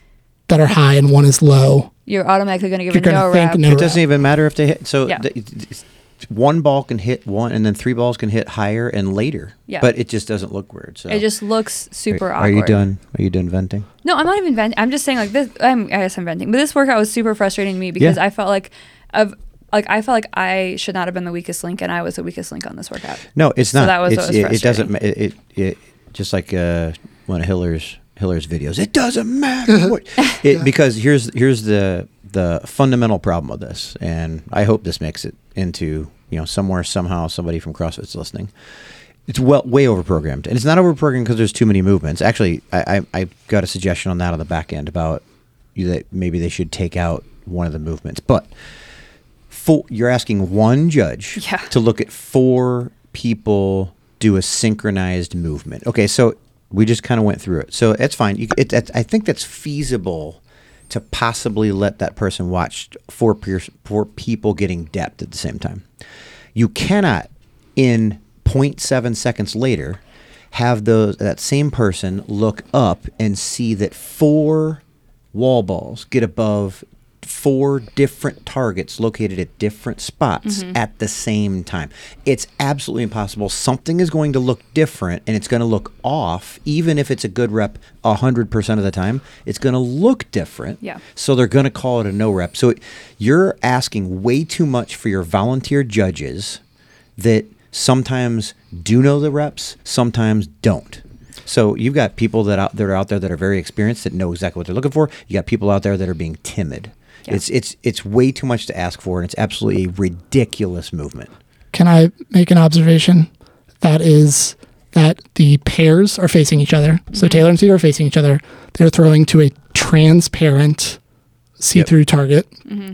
Speaker 3: that are high and one is low,
Speaker 2: you're automatically going to give
Speaker 3: you're
Speaker 2: a no
Speaker 3: gonna think
Speaker 2: rep.
Speaker 3: no.
Speaker 1: It doesn't
Speaker 3: rep.
Speaker 1: even matter if they hit. So
Speaker 2: Yeah.
Speaker 1: th- th- one ball can hit one, and then three balls can hit higher and later.
Speaker 2: Yeah.
Speaker 1: But it just doesn't look weird. So
Speaker 2: It just looks super
Speaker 1: are,
Speaker 2: awkward.
Speaker 1: Are you done? Are you done venting?
Speaker 2: No, I'm not even venting. I'm just saying like this. I'm, I guess I'm venting, but this workout was super frustrating to me because
Speaker 1: Yeah.
Speaker 2: I felt like, of like I felt like I should not have been the weakest link, and I was the weakest link on this workout.
Speaker 1: No, it's
Speaker 2: So
Speaker 1: not.
Speaker 2: that was
Speaker 1: it's,
Speaker 2: what was
Speaker 1: it, it doesn't.
Speaker 2: frustrating.
Speaker 1: ma- It, it it just like uh, one of Hiller's Hiller's videos. It doesn't matter what it because here's here's the the fundamental problem with this, and I hope this makes it into you know somewhere somehow somebody from CrossFit's listening. It's well way overprogrammed, and it's not overprogrammed because there's too many movements. Actually, I, I I got a suggestion on that on the back end about you that maybe they should take out one of the movements, but four, you're asking one judge
Speaker 2: Yeah.
Speaker 1: to look at four people do a synchronized movement. Okay, so we just kind of went through it. So that's fine. You, c- it, that's I think that's feasible to possibly let that person watch four peers, four people getting depth at the same time. You cannot in 0.7 seconds later have those that same person look up and see that four wall balls get above four different targets located at different spots at the same time. It's absolutely impossible. Something is going to look different and it's going to look off even if it's a good rep 100% of the time. It's going to look different.
Speaker 2: Yeah.
Speaker 1: So they're going to call it a no rep. So it, you're asking way too much for your volunteer judges that sometimes do know the reps, sometimes don't. So you've got people that out, that are out there that are very experienced that know exactly what they're looking for. You got people out there that are being timid.
Speaker 2: Yeah.
Speaker 1: It's it's it's way too much to ask for, and it's absolutely a ridiculous movement.
Speaker 3: Can I make an observation? That is that the pairs are facing each other.
Speaker 2: Mm-hmm.
Speaker 3: So Taylor and Cedar are facing each other. They're throwing to a transparent see through target
Speaker 2: Mm-hmm.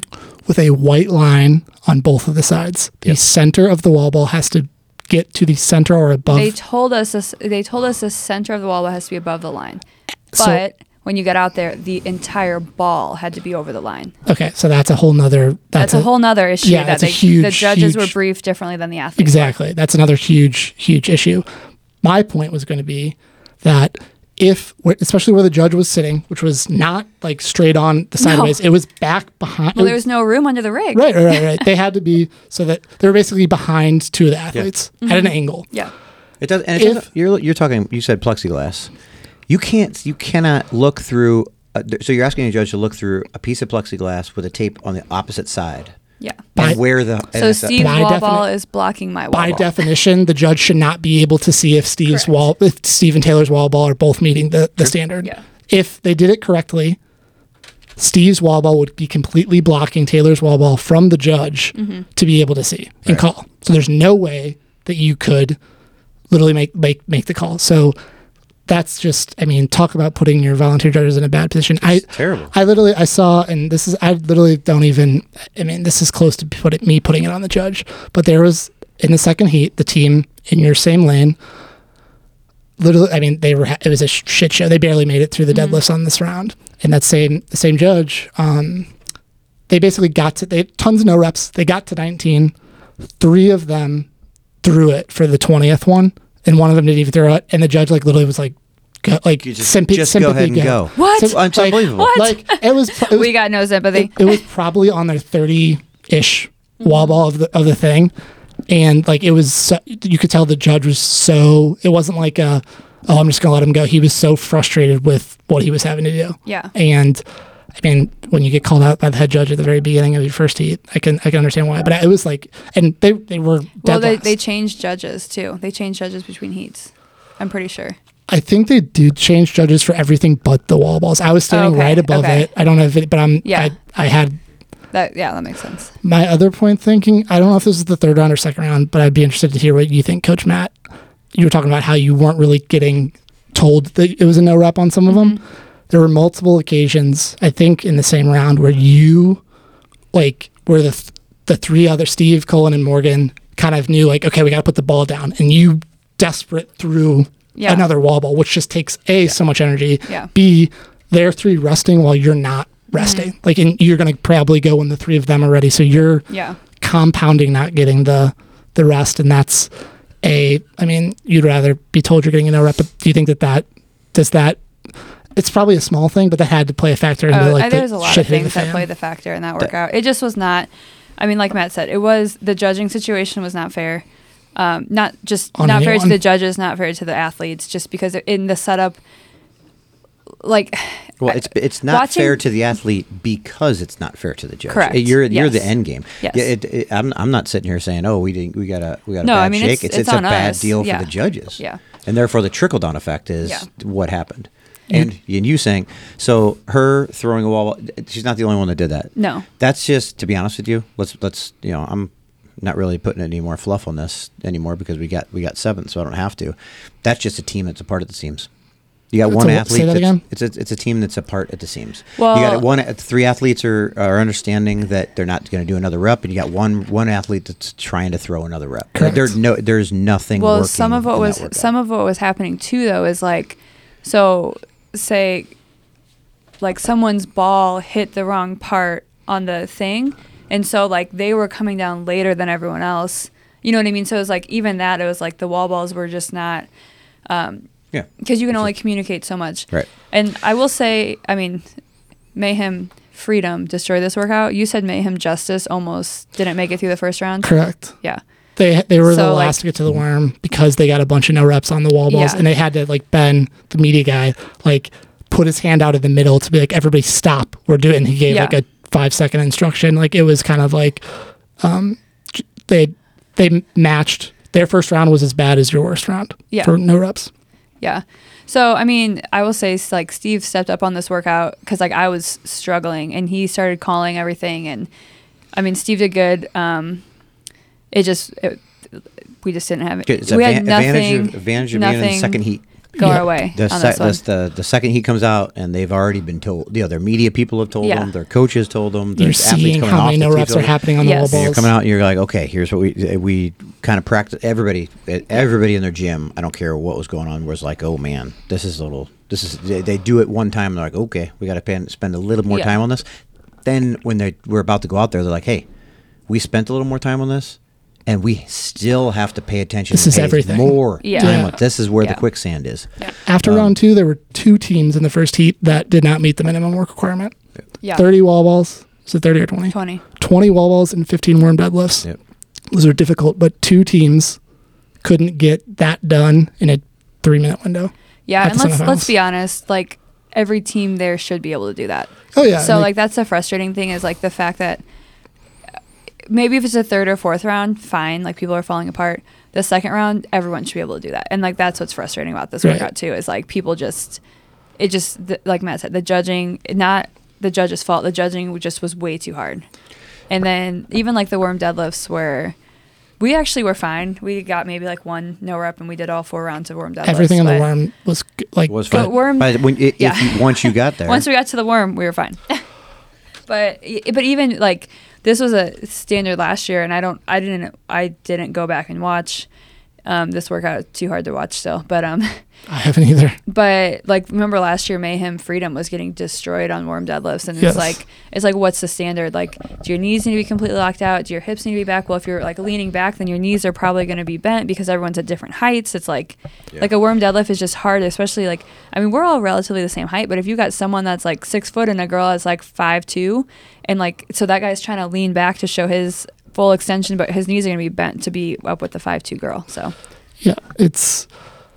Speaker 3: with a white line on both of the sides. The
Speaker 1: Yep.
Speaker 3: center of the wall ball has to get to the center or above.
Speaker 2: They told us this, they told us the center of the wall has to be above the line,
Speaker 3: So-
Speaker 2: but when you got out there, the entire ball had to be over the line.
Speaker 3: okay, so that's a whole nother
Speaker 2: That's, a, whole nother issue.
Speaker 3: yeah,
Speaker 2: that
Speaker 3: it's a
Speaker 2: they, the
Speaker 3: huge,
Speaker 2: judges were
Speaker 3: huge-
Speaker 2: briefed differently than the athletes.
Speaker 3: Exactly. That's another huge, huge issue. My point was going to be that if, wh- especially where the judge was sitting, which was not like straight on the sideways, it was back behind.
Speaker 2: Well, there was no room under the rig.
Speaker 3: right, right, right, right. they had to be so that they were basically behind two of the athletes at an angle.
Speaker 2: Mm-hmm. Yeah.
Speaker 1: It does, and it
Speaker 3: If-
Speaker 1: doesn't, you're you're talking. You said plexiglass. You can't. You cannot look through. A, so you're asking a judge to look through a piece of plexiglass with a tape on the opposite side,
Speaker 2: Yeah.
Speaker 3: By-
Speaker 1: and where the and
Speaker 2: So
Speaker 1: it's a-
Speaker 2: Steve's
Speaker 3: By
Speaker 2: wall
Speaker 3: defini-
Speaker 2: ball is blocking my wall
Speaker 3: By
Speaker 2: ball.
Speaker 3: definition, the judge should not be able to see if Steve's
Speaker 2: Correct.
Speaker 3: wall, if Steve and Taylor's wall ball are both meeting the, the standard.
Speaker 2: Yeah.
Speaker 3: If they did it correctly, Steve's wall ball would be completely blocking Taylor's wall ball from the judge
Speaker 2: Mm-hmm.
Speaker 3: to be able to see and call. So there's no way that you could literally make make make the call. So that's just I mean, talk about putting your volunteer judges in a bad position. I
Speaker 1: terrible.
Speaker 3: I literally I saw and this is I literally don't even I mean, this is close to put it, me putting it on the judge, but there was in the second heat, the team in your same lane literally i mean they were it was a sh- shit show they barely made it through the deadlifts on this round and that same the same judge um they basically got to they had tons of no reps they got to 19 three of them threw it for the 20th one and one of them didn't even throw it and the judge like literally was like go, like
Speaker 1: You just-
Speaker 3: sympa-
Speaker 1: just go
Speaker 3: sympathy
Speaker 1: ahead and go.
Speaker 2: What?
Speaker 1: It's unbelievable.
Speaker 2: What?
Speaker 3: like it was, pro-
Speaker 2: *laughs*
Speaker 3: it was
Speaker 2: we got no sympathy.
Speaker 3: it, it was probably on their 30 ish
Speaker 2: Mm-hmm.
Speaker 3: wall ball of the, of the thing. And like it was, so, you could tell the judge was so, it wasn't like a, oh, I'm just going to let him go. He was so frustrated with what he was having to do.
Speaker 2: Yeah.
Speaker 3: And I mean, when you get called out by the head judge at the very beginning of your first heat, I can, I can understand why. But it was like, and they, they were dead
Speaker 2: Well, they,
Speaker 3: last.
Speaker 2: they changed judges too. They changed judges between heats. I'm pretty sure.
Speaker 3: I think they did change judges for everything but the wall balls. I was standing
Speaker 2: Oh, Okay,
Speaker 3: right above
Speaker 2: okay.
Speaker 3: it. I don't know if it, but I'm,
Speaker 2: Yeah.
Speaker 3: I, I had
Speaker 2: That yeah, that makes sense.
Speaker 3: My other point thinking, I don't know if this is the third round or second round, but I'd be interested to hear what you think, Coach Matt. You were talking about how you weren't really getting told that it was a no rep
Speaker 2: Mm-hmm.
Speaker 3: on some of them. There were multiple occasions, I think, in the same round where you like where the th- the three other Steve, Colin, and Morgan kind of knew like, okay, we got to put the ball down, and you desperate threw
Speaker 2: Yeah.
Speaker 3: another wall ball, which just takes a so much energy.
Speaker 2: Yeah.
Speaker 3: B they're three resting while you're not resting. Like, and you're gonna probably go when the three of them are ready. So you're
Speaker 2: Yeah.
Speaker 3: compounding not getting the the rest, and that's a. I mean, you'd rather be told you're getting a no rep, but do you think that that does that? It's probably a small thing, but that had to play a factor into
Speaker 2: Uh,
Speaker 3: like the
Speaker 2: there's a lot
Speaker 3: shit
Speaker 2: of
Speaker 3: hitting the
Speaker 2: things that
Speaker 3: fan.
Speaker 2: played the factor in that workout. It just was not. I mean, like Matt said, it was the judging situation was not fair. Um, not just
Speaker 3: On
Speaker 2: not fair to
Speaker 3: anyone.
Speaker 2: the judges, not fair to the athletes, just because in the setup, like
Speaker 1: Well, it's it's not
Speaker 2: watching-
Speaker 1: fair to the athlete because it's not fair to the judge.
Speaker 2: Correct.
Speaker 1: You're you're the
Speaker 2: Yes.
Speaker 1: end game.
Speaker 2: Yes.
Speaker 1: Yeah. It, it, I'm I'm not sitting here saying, oh, we didn't we got a we got a
Speaker 2: No,
Speaker 1: bad
Speaker 2: I mean,
Speaker 1: shake.
Speaker 2: it's- it's
Speaker 1: it's, a
Speaker 2: on
Speaker 1: bad
Speaker 2: us.
Speaker 1: deal
Speaker 2: Yeah.
Speaker 1: for the judges.
Speaker 2: Yeah.
Speaker 1: And therefore, the trickle down effect is
Speaker 2: Yeah.
Speaker 1: what happened. And and you saying so her throwing a wall. She's not the only one that did that.
Speaker 2: No.
Speaker 1: That's just to be honest with you. Let's let's you know I'm not really putting any more fluff on this anymore because we got we got seven, so I don't have to. That's just a team that's a part of the seams. You got
Speaker 3: That's
Speaker 1: one
Speaker 3: a wha-
Speaker 1: athlete.
Speaker 3: say that
Speaker 1: that's-
Speaker 3: again?
Speaker 1: It's a, it's a team that's apart at the seams.
Speaker 2: Well-
Speaker 1: you got one uh, three athletes are, are understanding that they're not going to do another rep, and you got one one athlete that's trying to throw another rep.
Speaker 3: Correct.
Speaker 1: There's no there's nothing.
Speaker 2: well
Speaker 1: working
Speaker 2: some of what
Speaker 1: in that
Speaker 2: was
Speaker 1: workout.
Speaker 2: some of what was happening too though is like so say like someone's ball hit the wrong part on the thing and so like they were coming down later than everyone else you know what i mean so it was like even that it was like the wall balls were just not
Speaker 1: yeah.
Speaker 2: because you can only communicate so much
Speaker 1: Right.
Speaker 2: and i will say i mean mayhem freedom destroy this workout you said mayhem justice almost didn't make it through the first round
Speaker 3: Correct.
Speaker 2: yeah
Speaker 3: They they were the
Speaker 2: So, like-
Speaker 3: last to get to the worm because they got a bunch of no reps on the wall balls,
Speaker 2: Yeah.
Speaker 3: and they had to like Ben, the media guy, like put his hand out in the middle to be like, "Everybody stop, we're doing." And he gave
Speaker 2: Yeah.
Speaker 3: like a five second instruction. Like it was kind of like, um, j- they they matched. Their first round was as bad as your worst round
Speaker 2: Yeah.
Speaker 3: for no reps.
Speaker 2: Yeah. So I mean, I will say s- like Steve stepped up on this workout because like I was struggling and he started calling everything and I mean Steve did good. Um, it just it, we just didn't have it.
Speaker 1: It's
Speaker 2: we
Speaker 1: advan-
Speaker 2: had nothing.
Speaker 1: advantage of, advantage of being in the
Speaker 2: nothing
Speaker 1: second heat.
Speaker 2: Go
Speaker 3: Yeah.
Speaker 2: our way
Speaker 1: The,
Speaker 2: on
Speaker 1: sec-
Speaker 2: this one.
Speaker 1: the, the second he comes out, and they've already been told. You know, their media people have told
Speaker 2: Yeah.
Speaker 1: them, their coaches told them, their
Speaker 3: You're
Speaker 1: athletes
Speaker 3: seeing
Speaker 1: coming
Speaker 3: how
Speaker 1: off
Speaker 3: many
Speaker 1: the
Speaker 3: no
Speaker 1: tee
Speaker 3: reps are
Speaker 1: field.
Speaker 3: happening on
Speaker 2: Yes.
Speaker 3: the
Speaker 1: And
Speaker 3: wall
Speaker 1: you're
Speaker 3: balls.
Speaker 1: coming out and you're like, okay, here's what we eh, we kind of practice. Everybody, eh, everybody in their gym, I don't care what was going on, was like, oh man, this is a little. This is they, they do it one time. And they're like, okay, we got to pan- spend a little more
Speaker 2: Yeah.
Speaker 1: time on this. Then when they were about to go out there, they're like, hey, we spent a little more time on this, and we still have to pay attention.
Speaker 3: This
Speaker 1: and
Speaker 3: is
Speaker 1: pay
Speaker 3: everything.
Speaker 1: More
Speaker 2: *laughs* Yeah.
Speaker 1: time. On. This is where
Speaker 2: Yeah.
Speaker 1: the quicksand is.
Speaker 3: After
Speaker 1: Um,
Speaker 3: round two, there were two teams in the first heat that did not meet the minimum work requirement.
Speaker 2: yeah.
Speaker 3: 30 wall balls. Is it 30 or 20?
Speaker 2: 20.
Speaker 3: 20 wall balls and 15 worm deadlifts.
Speaker 1: Yep.
Speaker 3: Those are difficult, but two teams couldn't get that done in a three minute window.
Speaker 2: Yeah,
Speaker 3: at
Speaker 2: and
Speaker 3: the
Speaker 2: let's let's
Speaker 3: semifinals.
Speaker 2: be honest, like every team there should be able to do that.
Speaker 3: Oh, yeah.
Speaker 2: So like that's the frustrating thing is like the fact that uh, maybe if it's a third or fourth round, fine, like people are falling apart. The second round, everyone should be able to do that, and like that's what's frustrating about this
Speaker 3: Right.
Speaker 2: workout too is like people just it just th- like Matt said the judging not the judge's fault the judging just was way too hard, and then even like the worm deadlifts were. We actually were fine. We got maybe like one no rep, and we did all four rounds of worm deadlifts.
Speaker 3: everything on the
Speaker 2: but-
Speaker 3: worm was g- like,
Speaker 1: Was
Speaker 2: But
Speaker 1: fun.
Speaker 2: worm-
Speaker 1: But when, i-
Speaker 2: yeah.
Speaker 1: if you, once you
Speaker 2: *laughs*
Speaker 1: got there,
Speaker 2: Once we got to the worm, we were fine. but y- but even like this was a standard last year, and I don't I didn't I didn't go back and watch um, this workout. Too hard to watch still, but um, *laughs*
Speaker 3: I haven't either.
Speaker 2: but like remember last year, Mayhem Freedom was getting destroyed on worm deadlifts, and
Speaker 3: Yes.
Speaker 2: it's like it's like what's the standard? Like, do your knees need to be completely locked out? Do your hips need to be back? Well, if you're like leaning back, then your knees are probably going to be bent because everyone's at different heights. It's like like a worm deadlift is just hard, especially like I mean we're all relatively the same height, but if you got someone that's like six foot and a girl that's like five two, and like so that guy's trying to lean back to show his full extension, but his knees are going to be bent to be up with the five two girl. So
Speaker 3: Yeah. It's,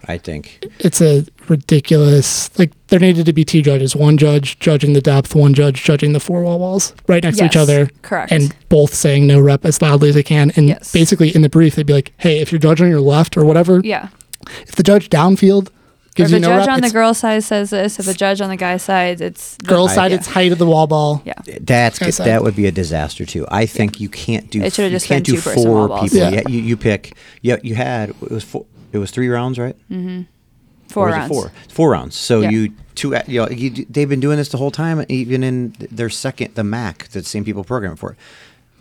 Speaker 1: I think
Speaker 3: it's a ridiculous, like, there needed to be two judges one judge judging the depth, one judge judging the four wall walls right next to each
Speaker 2: Yes,
Speaker 3: other.
Speaker 2: correct.
Speaker 3: and both saying no rep as loudly as they can. And
Speaker 2: Yes.
Speaker 3: basically, in the brief, they'd be like, "Hey, if your judge on your left or whatever,
Speaker 2: yeah.
Speaker 3: if the judge downfield
Speaker 2: If
Speaker 3: gives
Speaker 2: the
Speaker 3: you no
Speaker 2: judge
Speaker 3: rep,
Speaker 2: on the
Speaker 3: it's
Speaker 2: girl side says this, if the judge on the guy side, it's the-
Speaker 3: girl side,
Speaker 2: yeah.
Speaker 3: it's height of the wall ball."
Speaker 2: yeah.
Speaker 1: That's
Speaker 3: Guys,
Speaker 1: that would be a disaster too. I think you can't do.
Speaker 2: It should've
Speaker 1: you
Speaker 2: just
Speaker 1: can't
Speaker 2: been
Speaker 1: do
Speaker 2: two-person
Speaker 1: four
Speaker 2: wall balls.
Speaker 1: people. Yeah.
Speaker 3: Yeah.
Speaker 1: you, you pick. Yeah, you had it was four. It was three rounds, right?
Speaker 2: Mm-hmm. Four
Speaker 1: Or was it
Speaker 2: rounds.
Speaker 1: Four. Four rounds. So
Speaker 2: Yeah.
Speaker 1: you two. You know, you, they've been doing this the whole time, even in their second, the Mac, the same people programming for it.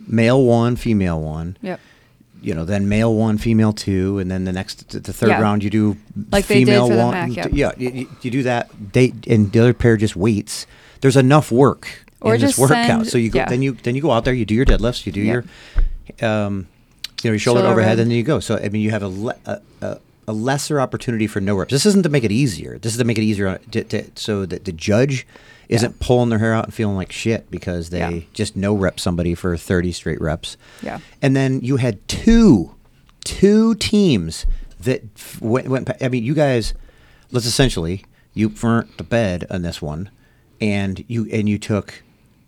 Speaker 1: Male one, female one.
Speaker 2: Yep.
Speaker 1: You know, then male one, female two, and then the next, the third
Speaker 2: Yeah.
Speaker 1: round, you do
Speaker 2: Like they did
Speaker 1: female
Speaker 2: for the
Speaker 1: one.
Speaker 2: Mac, yep.
Speaker 1: Yeah, you- you, you do that. They and the other pair just waits. There's enough work
Speaker 2: Or
Speaker 1: in this
Speaker 2: just
Speaker 1: workout,
Speaker 2: send-
Speaker 1: so you go,
Speaker 2: yeah.
Speaker 1: then you then you go out there, you do your deadlifts, you do
Speaker 2: Yep.
Speaker 1: your, um, you know, your shoulder,
Speaker 2: Shoulder
Speaker 1: overhead,
Speaker 2: overhead.
Speaker 1: and then you go. So I mean, you have a, le- a, a a lesser opportunity for no reps. This isn't to make it easier. This is to make it easier on- to, to, so that the judge isn't pulling their hair out and feeling like shit because they
Speaker 2: Yeah.
Speaker 1: just no rep somebody for thirty straight reps.
Speaker 2: Yeah.
Speaker 1: And then you had two, two teams that f- went, went. pa- I mean, you guys, let's essentially you burnt the bed on this one, and you and you took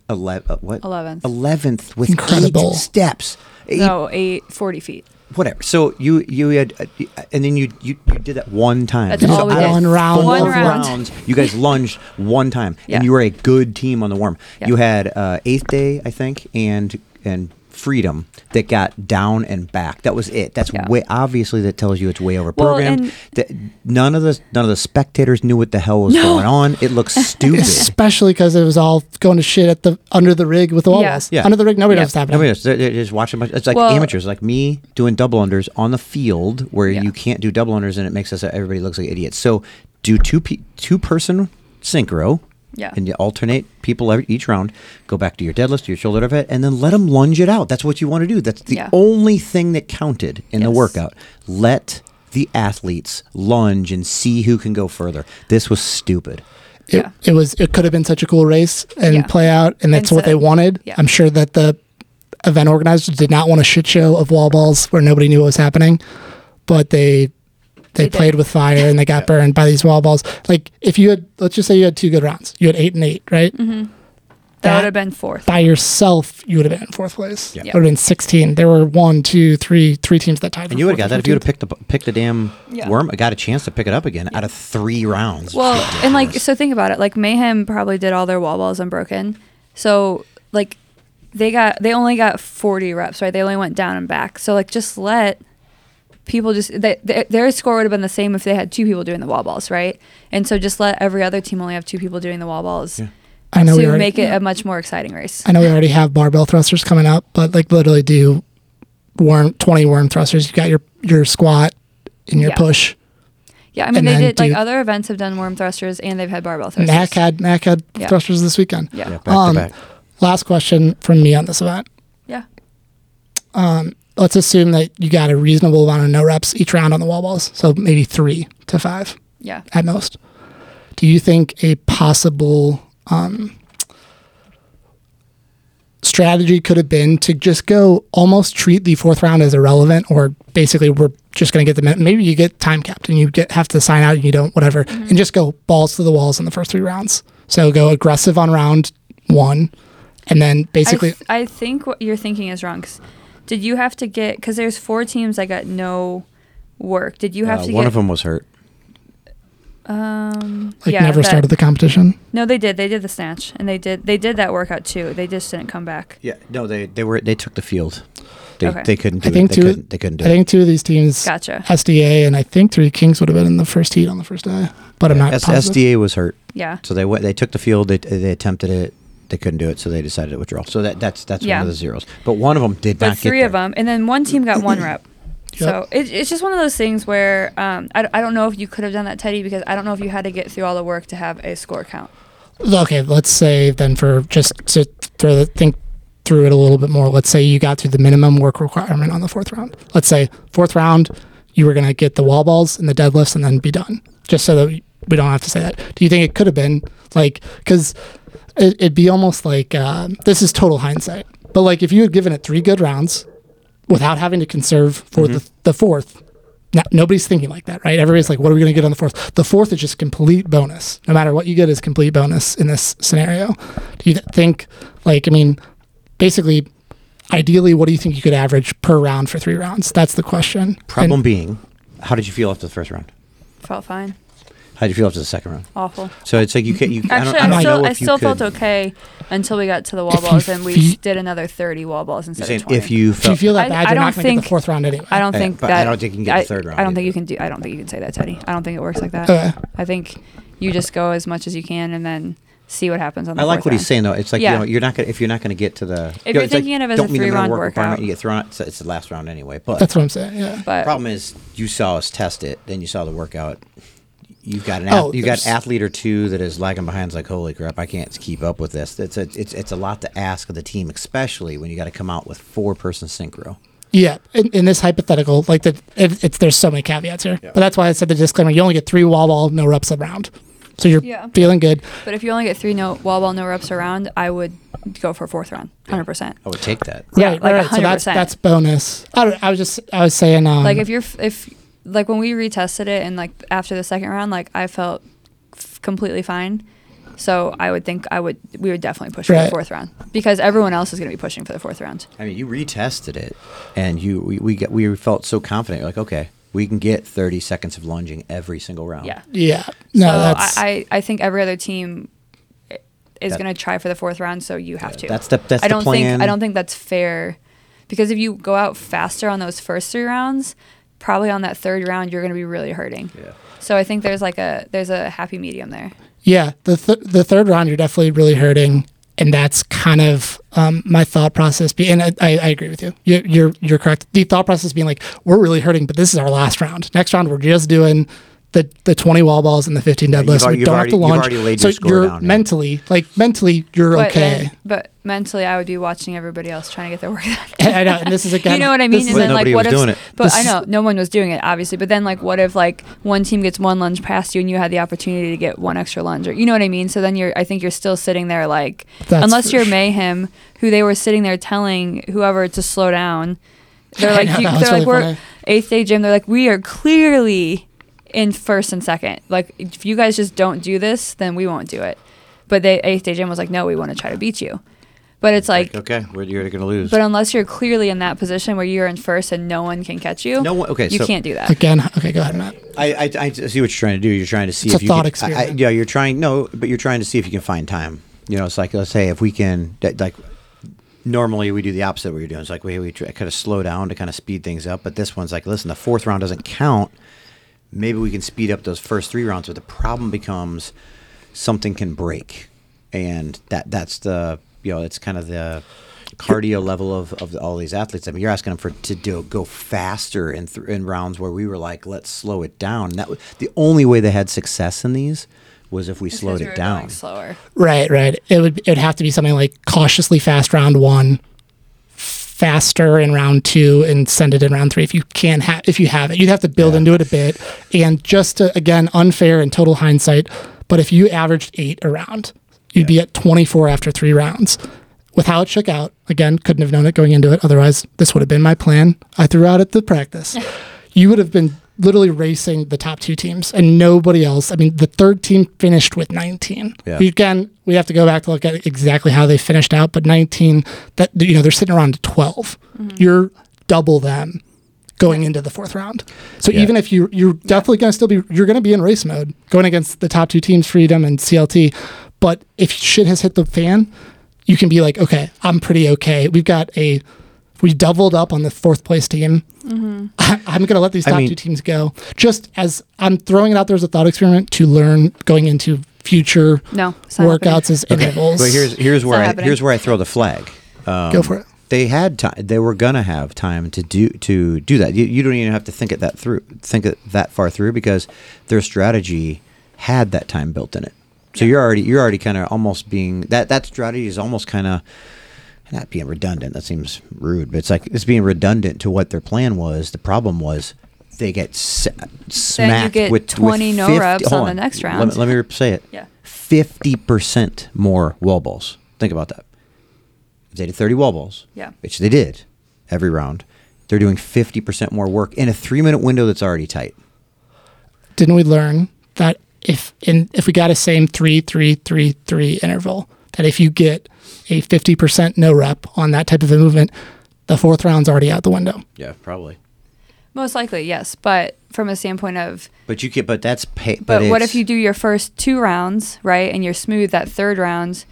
Speaker 1: eleven what
Speaker 2: 11th.
Speaker 1: eleventh with
Speaker 3: Incredible.
Speaker 1: eight steps. Eight,
Speaker 2: No, eight forty feet.
Speaker 1: whatever. So you you had, uh, and then you you, you did that one time.
Speaker 2: That's
Speaker 1: So
Speaker 2: all we
Speaker 1: out of
Speaker 2: did.
Speaker 3: One round.
Speaker 1: four
Speaker 2: One
Speaker 3: Both
Speaker 2: round.
Speaker 1: rounds, you guys lunged one time,
Speaker 2: Yeah.
Speaker 1: and you were a good team on the warm.
Speaker 2: Yeah.
Speaker 1: You had uh, eighth day, I think, and and freedom that got down and back. That was it. That's
Speaker 2: Yeah.
Speaker 1: way obviously that tells you it's way over
Speaker 2: Well,
Speaker 1: programmed.
Speaker 2: and-
Speaker 1: that none of the none of the spectators knew what the hell was
Speaker 2: No.
Speaker 1: going on.
Speaker 2: *laughs*
Speaker 1: It looks stupid.
Speaker 3: Especially because it was all going to shit at the under the rig with the wall
Speaker 2: Yeah.
Speaker 3: walls.
Speaker 1: Yeah.
Speaker 3: Under the rig, nobody
Speaker 2: Yeah.
Speaker 3: knows what's happening.
Speaker 1: Nobody knows. They're, they're just watching. Much. It's like
Speaker 2: Well-
Speaker 1: amateurs, like me doing double unders on the field where
Speaker 2: Yeah.
Speaker 1: you can't do double unders, and it makes us everybody looks like idiots. So do two pe- two person synchro,
Speaker 2: Yeah.
Speaker 1: and you alternate people every, each round. Go back to your deadlift, to your shoulder overhead, and then let them lunge it out. That's what you want to do. That's the
Speaker 2: Yeah.
Speaker 1: only thing that counted in the
Speaker 2: Yes.
Speaker 1: workout. Let the athletes lunge and see who can go further. This was stupid.
Speaker 3: it,
Speaker 2: Yeah.
Speaker 3: it was it could have been such a cool race and
Speaker 2: Yeah.
Speaker 3: play out and that's
Speaker 2: And
Speaker 3: what
Speaker 2: so-
Speaker 3: they wanted
Speaker 2: yeah.
Speaker 3: i'm sure that the event organizers did not want a shit show of wall balls where nobody knew what was happening but they they,
Speaker 2: They
Speaker 3: played
Speaker 2: did.
Speaker 3: with fire and they
Speaker 1: *laughs*
Speaker 3: got burned by these wall balls like if you had let's just say you had two good rounds you had eight and eight right
Speaker 2: Mm-hmm. That
Speaker 3: That-
Speaker 2: would have been fourth.
Speaker 3: by yourself you would have been in fourth place
Speaker 1: Yeah.
Speaker 3: it would have been 16 there were one two three three teams that tied
Speaker 1: And you would have got that if you would have picked the picked the damn
Speaker 2: Yeah.
Speaker 1: worm. Got a chance to pick it up again out of three rounds.
Speaker 2: Well, and like
Speaker 1: Ridiculous.
Speaker 2: so think about it. Like Mayhem probably did all their wall balls unbroken. So like they got they only got 40 reps, right? They only went down and back. So like just let people just they, they, their score would have been the same if they had two people doing the wall balls, right? And so just let every other team only have two people doing the wall balls
Speaker 1: Yeah.
Speaker 3: i know
Speaker 2: to
Speaker 3: we already,
Speaker 2: make it a much more exciting race.
Speaker 3: I know we already have barbell thrusters coming up, but like literally do worm twenty worm thrusters. You got your your squat and your
Speaker 2: Yeah.
Speaker 3: push.
Speaker 2: Yeah, I mean
Speaker 3: And
Speaker 2: they
Speaker 3: then
Speaker 2: did like
Speaker 3: do-
Speaker 2: other events have done worm thrusters and they've had barbell thrusters.
Speaker 3: Mac had Mac had
Speaker 2: Yeah.
Speaker 3: thrusters this weekend.
Speaker 2: yeah.
Speaker 1: yeah, back
Speaker 3: Um,
Speaker 1: to back.
Speaker 3: Last question from me on this event.
Speaker 2: Yeah.
Speaker 3: Let's assume that you got a reasonable amount of no reps each round on the wall balls, so maybe three to five
Speaker 2: Yeah.
Speaker 3: at most. Do you think a possible um, strategy could have been to just go almost treat the fourth round as irrelevant, or basically we're just going to get the min- maybe you get time capped and you get have to sign out and you don't whatever,
Speaker 2: Mm-hmm.
Speaker 3: and just go balls to the walls in the first three rounds. So go aggressive on round one, and then basically
Speaker 2: I, th- I think what you're thinking is wrong. 'cause did you have to get? Because there's four teams that got no work. Did you have
Speaker 1: Uh,
Speaker 2: to?
Speaker 1: one
Speaker 2: get,
Speaker 1: of them was hurt.
Speaker 2: Um,
Speaker 3: like
Speaker 2: yeah,
Speaker 3: never
Speaker 2: that-
Speaker 3: started the competition.
Speaker 2: No, they did. They did the snatch, and they did. They did that workout too. They just didn't come back.
Speaker 1: Yeah, no, they they were they took the field. They,
Speaker 2: Okay.
Speaker 1: they couldn't do
Speaker 3: I think
Speaker 1: it. They
Speaker 3: two-
Speaker 1: couldn't, they couldn't do
Speaker 3: I think two of these teams,
Speaker 2: Gotcha.
Speaker 3: SDA and I think three Kings would have been in the first heat on the first day, but
Speaker 1: it.
Speaker 3: I'm not
Speaker 1: S-
Speaker 3: positive.
Speaker 1: SDA was hurt,
Speaker 2: Yeah.
Speaker 1: so they went. They took the field. They, they attempted it. They couldn't do it, so they decided to withdraw. So that that's that's
Speaker 2: Yeah.
Speaker 1: one of the zeros. But one of them did
Speaker 2: But
Speaker 1: not.
Speaker 2: three
Speaker 1: get
Speaker 2: of them, and then one team got one
Speaker 1: *clears throat*
Speaker 2: rep. So it, it's just one of those things where um, I, d- I don't know if you could have done that, Teddy, because I don't know if you had to get through all the work to have a score count.
Speaker 3: Okay, let's say then for just to throw the think through it a little bit more. Let's say you got through the minimum work requirement on the fourth round. Let's say fourth round, you were gonna get the wall balls and the deadlifts and then be done. Just so that we we don't have to say that. Do you think it could have been like because it, it'd be almost like uh, this is total hindsight, but like if you had given it three good rounds without having to conserve for the, the fourth. No, nobody's thinking like that, right? Everybody's like, what are we going to get on the fourth? The fourth is just complete bonus. No matter what you get is complete bonus in this scenario. Do you th- think, like, I mean, basically, ideally, what do you think you could average per round for three rounds? That's the question.
Speaker 1: Problem being, how did you feel after the first round?
Speaker 2: Felt fine.
Speaker 1: How did you feel after the second round?
Speaker 2: Awful.
Speaker 1: So it's like you can't. You,
Speaker 2: Actually, I,
Speaker 1: I don't, I don't
Speaker 2: still
Speaker 1: know
Speaker 2: I
Speaker 1: if you
Speaker 2: still
Speaker 1: could-
Speaker 2: felt okay until we got to the wall
Speaker 3: If you
Speaker 2: balls, and we
Speaker 3: fe-
Speaker 2: did another thirty wall balls instead
Speaker 1: you're
Speaker 2: of
Speaker 1: saying
Speaker 2: twenty.
Speaker 1: If you
Speaker 3: And if you
Speaker 1: felt,
Speaker 3: feel that
Speaker 2: I-
Speaker 3: bad,
Speaker 2: I
Speaker 3: you're
Speaker 2: don't
Speaker 3: not going to get
Speaker 2: think-
Speaker 3: the fourth round anyway.
Speaker 2: I don't
Speaker 1: Yeah,
Speaker 2: think
Speaker 1: but I
Speaker 2: that.
Speaker 1: don't think you can get the
Speaker 2: I-
Speaker 1: third round
Speaker 2: I don't think
Speaker 1: either. Uh.
Speaker 2: you can do. I don't think you can say that, Teddy. I don't think it works like that.
Speaker 3: Okay.
Speaker 2: I think you just go as much as you can and then see what happens on the
Speaker 1: I like
Speaker 2: fourth
Speaker 1: what he's
Speaker 2: round.
Speaker 1: saying though. It's like
Speaker 2: Yeah.
Speaker 1: you know you're not gonna if you're not gonna get to
Speaker 2: If
Speaker 1: the you know,
Speaker 2: you're
Speaker 1: it's like,
Speaker 2: thinking of it as
Speaker 1: don't
Speaker 2: a
Speaker 1: mean I'm in
Speaker 2: three-round
Speaker 1: work
Speaker 2: workout.
Speaker 1: environment, You get thrown out. It's, it's the last round anyway. But
Speaker 3: That's what I'm saying. Yeah.
Speaker 2: But
Speaker 1: problem is you saw us test it, then you saw the workout. You've got an
Speaker 3: Oh,
Speaker 1: ath- you got
Speaker 3: there's-
Speaker 1: athlete or two that is lagging behind. It's like holy crap, I can't keep up with this. It's a it's it's a lot to ask of the team, especially when you got to come out with four person synchro.
Speaker 3: Yeah, in, in this hypothetical, like the, it, it's there's so many caveats here, but that's why I said the disclaimer. You only get three wall ball no reps around, so you're
Speaker 2: Yeah.
Speaker 3: feeling good.
Speaker 2: but if you only get three no wall ball no reps around, I would go for fourth round, hundred percent.
Speaker 1: I would take that.
Speaker 2: Yeah, like
Speaker 3: So that's
Speaker 2: 100%.
Speaker 3: that's bonus. I, don't- I was just I was saying um,
Speaker 2: Like if you're f- if like when we retested it and like after the second round, like I felt f- completely fine. So I would think I would we would definitely push for the
Speaker 3: Right.
Speaker 2: fourth round because everyone else is going to be pushing for the fourth round.
Speaker 1: I mean, you retested it, and you we we, got, we felt so confident. Like okay, we can get thirty seconds of lunging every single round.
Speaker 2: Yeah.
Speaker 3: yeah no
Speaker 2: so
Speaker 3: that's
Speaker 2: I, I I think every other team i- is
Speaker 1: That-
Speaker 2: going to try for the fourth round, so you have to.
Speaker 1: that's the- that's
Speaker 2: I
Speaker 1: the
Speaker 2: don't
Speaker 1: plan.
Speaker 2: think I don't think that's fair because if you go out faster on those first three rounds, probably on that third round you're going to be really hurting.
Speaker 1: Yeah.
Speaker 2: So I think there's like a there's a happy medium there.
Speaker 3: yeah the th- the third round you're definitely really hurting, and that's kind of um, my thought process. Be, and I, I, I agree with you. you. You're you're correct. The thought process being like we're really hurting, but this is our last round. Next round we're just doing. The, the 20 wall balls and the 15
Speaker 1: you've
Speaker 3: deadlifts.
Speaker 1: al-
Speaker 3: We
Speaker 1: you've already-
Speaker 3: don't have to
Speaker 1: you've
Speaker 3: launch.
Speaker 1: already laid
Speaker 3: so
Speaker 1: your score
Speaker 3: you're
Speaker 1: down, yeah.
Speaker 3: mentally, like mentally, you're
Speaker 2: But
Speaker 3: okay.
Speaker 2: then, but mentally I would be watching everybody else trying to get their work *laughs* done.
Speaker 3: *laughs* I know, and this is again.
Speaker 2: uh, *laughs* you know what I mean? And
Speaker 3: this is
Speaker 1: But
Speaker 2: then, like,
Speaker 1: nobody
Speaker 2: what
Speaker 1: was
Speaker 2: if?
Speaker 1: doing it.
Speaker 2: But I
Speaker 3: This-
Speaker 2: know no one was doing it, obviously. But then, like, what if like one team gets one lunge past you and you had the opportunity to get one extra lunge, or you know what I mean? So then you're, I think you're still sitting there like,
Speaker 3: That's
Speaker 2: unless
Speaker 3: for
Speaker 2: you're
Speaker 3: sure.
Speaker 2: mayhem, who they were sitting there telling whoever to slow down. They're
Speaker 3: *laughs* I
Speaker 2: like,
Speaker 3: know,
Speaker 2: you,
Speaker 3: that
Speaker 2: they're
Speaker 3: was
Speaker 2: like,
Speaker 3: really
Speaker 2: we're
Speaker 3: funny.
Speaker 2: eighth day gym. They're like, we are clearly in first and second. Like, if you guys just don't do this, then we won't do it. But they eighth day gym was like, no, we want to try to beat you. But it's like,
Speaker 1: Okay, we're, you're going to lose.
Speaker 2: but unless you're clearly in that position where you're in first and no one can catch you,
Speaker 1: No one- okay,
Speaker 2: you
Speaker 1: so-
Speaker 2: can't do that.
Speaker 3: again. Okay, go ahead, Matt.
Speaker 1: I, I, I see what you're trying to do. You're trying to see
Speaker 3: It's
Speaker 1: if
Speaker 3: a
Speaker 1: you can, I,
Speaker 3: thought
Speaker 1: I,
Speaker 3: experiment.
Speaker 1: yeah, you're trying no, but you're trying to see if you can find time. You know, it's like let's say if we can that, like normally we do the opposite of what you're doing. It's like we we try, kind of slow down to kind of speed things up, but this one's like listen, the fourth round doesn't count. Maybe we can speed up those first three rounds, but the problem becomes something can break, and that that's the you know it's kind of the cardio level of, of all these athletes. I mean, you're asking them for to do go faster in th- in rounds where we were like, let's slow it down. And that was the only way they had success in these was if we slowed it down.
Speaker 2: slower.
Speaker 3: Right, right. It would it would have to be something like cautiously fast round one, faster in round two, and send it in round three. If you can have if you have it, you'd have to build into it a bit. And just to, again, unfair and total hindsight, but if you averaged eight around, you'd be at twenty four after three rounds. With how it shook out, again, couldn't have known it going into it. Otherwise, this would have been my plan. I threw out at the practice. you would have been literally racing the top two teams and nobody else. I mean, the third team finished with 19.
Speaker 1: Yeah.
Speaker 3: We- Again, we have to go back to look at exactly how they finished out, but 19 that you know, they're sitting around 12. You're double them going into the fourth round. So
Speaker 1: Yeah.
Speaker 3: even if you you're definitely going to still be you're going to be in race mode going against the top two teams Freedom and CLT, but if shit has hit the fan, you can be like, okay, I'm pretty okay. We've got a we doubled up on the fourth place team. I, *laughs* I'm going to let these
Speaker 1: I
Speaker 3: top
Speaker 1: mean-
Speaker 3: two teams go. Just as I'm throwing it out there as a thought experiment to learn going into future
Speaker 2: No, it's not
Speaker 3: workouts as intervals.
Speaker 1: But here's here's where
Speaker 2: not
Speaker 1: I,
Speaker 2: happening.
Speaker 1: here's where I throw the flag. Um,
Speaker 3: Go for it.
Speaker 1: They had time. They were gonna have time to do to do that. You, you don't even have to think it that through. Think it that far through because their strategy had that time built in it. So you're already you're already kind of almost being that that strategy is almost kind of not being redundant. That seems rude, but it's like it's being redundant to what their plan was. The problem was they get s- smacked
Speaker 2: get
Speaker 1: with
Speaker 2: 20
Speaker 1: with
Speaker 2: no
Speaker 1: 50
Speaker 2: reps
Speaker 1: hold
Speaker 2: on the next
Speaker 1: Let me-
Speaker 2: round.
Speaker 1: Let, me re- say it.
Speaker 2: Yeah.
Speaker 1: Fifty percent more wall balls. Think about that. If they did thirty wall balls,
Speaker 2: Yeah.
Speaker 1: which they did every round, they're doing fifty percent more work in a three-minute window that's already tight.
Speaker 3: Didn't we learn that if in if we got a same three three three three interval, that if you get a 50% no rep on that type of a movement, the fourth round's already out the window. *laughs*
Speaker 1: Yeah, probably.
Speaker 2: Most likely, yes. But from a standpoint of,
Speaker 1: But you can. But that's pay.
Speaker 2: but, what
Speaker 1: it's-
Speaker 2: if you do your first two rounds, right? And you're smooth that third round,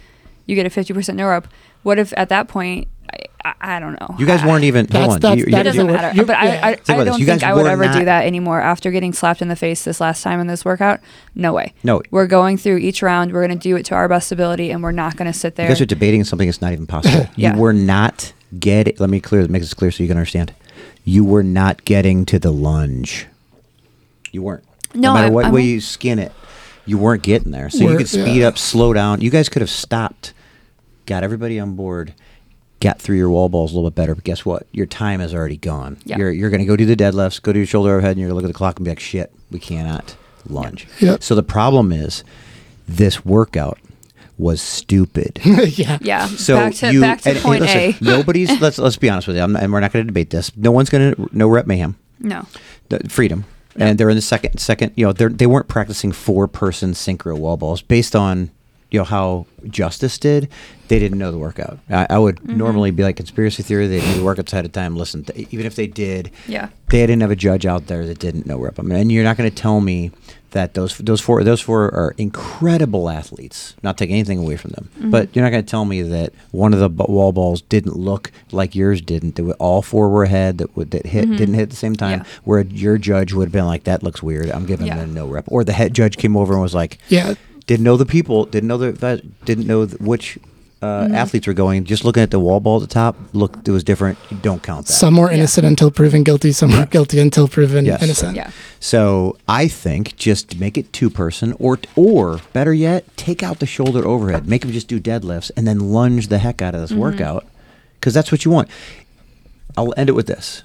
Speaker 2: you get a 50% no up. What if at that point, I, I, I don't know.
Speaker 1: You guys weren't even.
Speaker 3: That's-
Speaker 1: hold on.
Speaker 3: that's-
Speaker 1: you,
Speaker 2: That
Speaker 1: you-
Speaker 2: doesn't
Speaker 1: you-
Speaker 2: matter.
Speaker 3: you-
Speaker 2: but
Speaker 3: yeah.
Speaker 2: I, I,
Speaker 1: Think about
Speaker 2: I
Speaker 1: this.
Speaker 2: don't
Speaker 1: You guys
Speaker 2: think I would
Speaker 1: were
Speaker 2: ever
Speaker 1: not-
Speaker 2: do that anymore after getting slapped in the face this last time in this workout. No way.
Speaker 1: No.
Speaker 2: We're going through each round. We're going to do it to our best ability, and we're not going to sit there.
Speaker 1: You guys are debating something that's not even possible.
Speaker 2: *coughs* Yeah.
Speaker 1: You were not getting. Let me clear. Make this clear so you can understand. You were not getting to the lunge. You weren't.
Speaker 2: No,
Speaker 1: matter
Speaker 2: I'm-
Speaker 1: what
Speaker 2: I'm-
Speaker 1: way you skin it, you weren't getting there. So you
Speaker 3: We're-
Speaker 1: could speed
Speaker 3: yeah.
Speaker 1: up, slow down. You guys could have stopped, got everybody on board, got through your wall balls a little bit better. But guess what? Your time is already gone.
Speaker 2: Yeah.
Speaker 1: You're you're going to go do the deadlifts, go do your shoulder overhead, and you're going to look at the clock and be like, "Shit, we cannot lunge."
Speaker 3: Yep.
Speaker 1: So the problem is, this workout was stupid.
Speaker 3: yeah.
Speaker 2: yeah.
Speaker 1: So
Speaker 2: back to
Speaker 1: you,
Speaker 2: back to
Speaker 1: and- and
Speaker 2: point
Speaker 1: listen,
Speaker 2: A. *laughs*
Speaker 1: nobody's. let's let's be honest with you, I'm not, and we're not going to debate this. No one's going to no rep mayhem,
Speaker 2: No.
Speaker 1: the freedom, and they're in the second second. You know, they they weren't practicing four person synchro wall balls based on you know how Justice did. They didn't know the workout. I, I would
Speaker 2: Mm-hmm.
Speaker 1: normally be like conspiracy theory. They knew the workouts ahead of time. Listen, th- even if they did,
Speaker 2: Yeah.
Speaker 1: they didn't have a judge out there that didn't know rep. I mean, and you're not going to tell me that those those four those four are incredible athletes. Not taking anything away from them,
Speaker 2: Mm-hmm.
Speaker 1: but you're not going to tell me that one of the bu- wall balls didn't look like yours didn't. That all four were ahead. That would that hit didn't hit at the same time.
Speaker 2: Mm-hmm. Yeah.
Speaker 1: Where your judge would have been like, "That looks weird. I'm giving
Speaker 2: Yeah.
Speaker 1: them no rep." Or the head judge came over and was like,
Speaker 3: Yeah.
Speaker 1: didn't know the people, didn't know the that- didn't know th- which uh,
Speaker 2: Mm-hmm.
Speaker 1: athletes were going. Just looking at the wall ball at the top, look, it was different. You don't count that.
Speaker 3: Some were innocent until proven guilty. Some were guilty until proven
Speaker 1: Yes.
Speaker 3: innocent.
Speaker 2: Yeah.
Speaker 1: So I think just make it two person, or or better yet, take out the shoulder overhead, make them just do deadlifts, and then lunge the heck out of this workout, because that's what you want. I'll end it with this: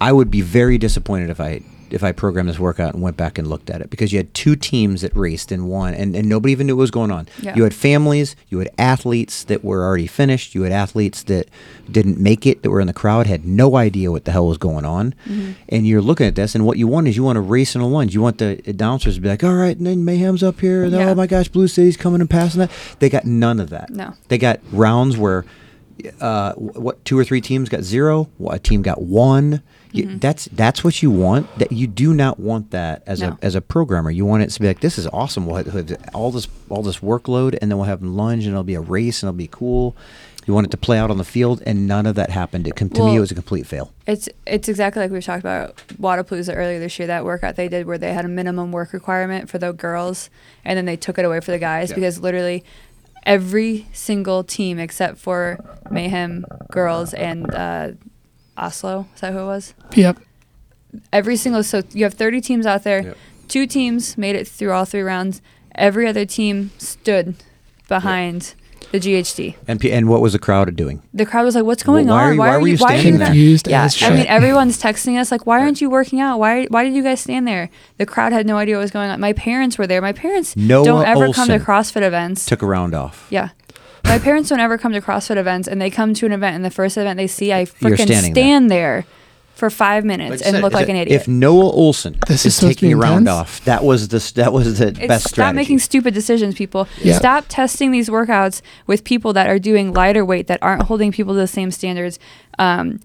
Speaker 1: I would be very disappointed if I if I programmed this workout and went back and looked at it, because you had two teams that raced in one, and and nobody even knew what was going on.
Speaker 2: Yeah.
Speaker 1: You had families, you had athletes that were already finished, you had athletes that didn't make it, that were in the crowd, had no idea what the hell was going on.
Speaker 2: Mm-hmm.
Speaker 1: And you're looking at this, and what you want is you want to race in a lunge. You want the announcers to be like, all right, and then Mayhem's up here, and
Speaker 2: Yeah.
Speaker 1: oh my gosh, Blue City's coming and passing that. They got none of that.
Speaker 2: No.
Speaker 1: They got rounds where uh, wh- what two or three teams got zero, wh- a team got one. You,
Speaker 2: Mm-hmm.
Speaker 1: That's that's what you want. That you do not want that as
Speaker 2: No.
Speaker 1: a as a programmer. You want it to be like this is awesome. We'll have- we'll have all this all this workload, and then we'll have them lunge, and it'll be a race, and it'll be cool. You want it to play out on the field, and none of that happened. It, com- to me, it
Speaker 2: Well-
Speaker 1: was a complete fail.
Speaker 2: It's it's exactly like we talked about Wadapalooza earlier this year. That workout they did where they had a minimum work requirement for the girls, and then they took it away for the guys
Speaker 1: Yeah.
Speaker 2: because literally every single team except for Mayhem girls and uh, Oslo is that who it was?
Speaker 3: Yep.
Speaker 2: Every single so you have thirty teams out there.
Speaker 1: Yep.
Speaker 2: Two teams made it through all three rounds. Every other team stood behind the GHD.
Speaker 1: And p- and what was the crowd doing?
Speaker 2: The crowd was like, "What's going
Speaker 1: why are
Speaker 2: on?
Speaker 1: you- why were you standing
Speaker 2: you
Speaker 1: there?
Speaker 2: not-
Speaker 3: Confused
Speaker 2: Yeah,
Speaker 3: as
Speaker 2: I mean,
Speaker 3: shit.
Speaker 2: everyone's texting us like, "Why aren't you working out? Why? Why did you guys stand there?" The crowd had no idea what was going on. My parents were there. My parents
Speaker 1: Noah
Speaker 2: don't ever come to
Speaker 1: Olsen
Speaker 2: CrossFit events.
Speaker 1: Took a round off.
Speaker 2: yeah, my parents don't ever come to CrossFit events, and they come to an event, and the first event they see, I
Speaker 1: You're
Speaker 2: freaking
Speaker 1: standing
Speaker 2: stand there for five minutes
Speaker 1: Like I
Speaker 2: and
Speaker 1: said,
Speaker 2: look
Speaker 1: is
Speaker 2: like
Speaker 1: it-
Speaker 2: an idiot.
Speaker 1: If Noah Olson
Speaker 3: This
Speaker 1: is,
Speaker 3: is supposed to
Speaker 1: taking
Speaker 3: be
Speaker 1: a round
Speaker 3: intense?
Speaker 1: off, that was the s- that was the
Speaker 2: It's-
Speaker 1: best
Speaker 2: stop
Speaker 1: strategy.
Speaker 2: making stupid decisions, people.
Speaker 3: Yeah.
Speaker 2: Stop testing these workouts with people that are doing lighter weight that aren't holding people to the same standards. Um,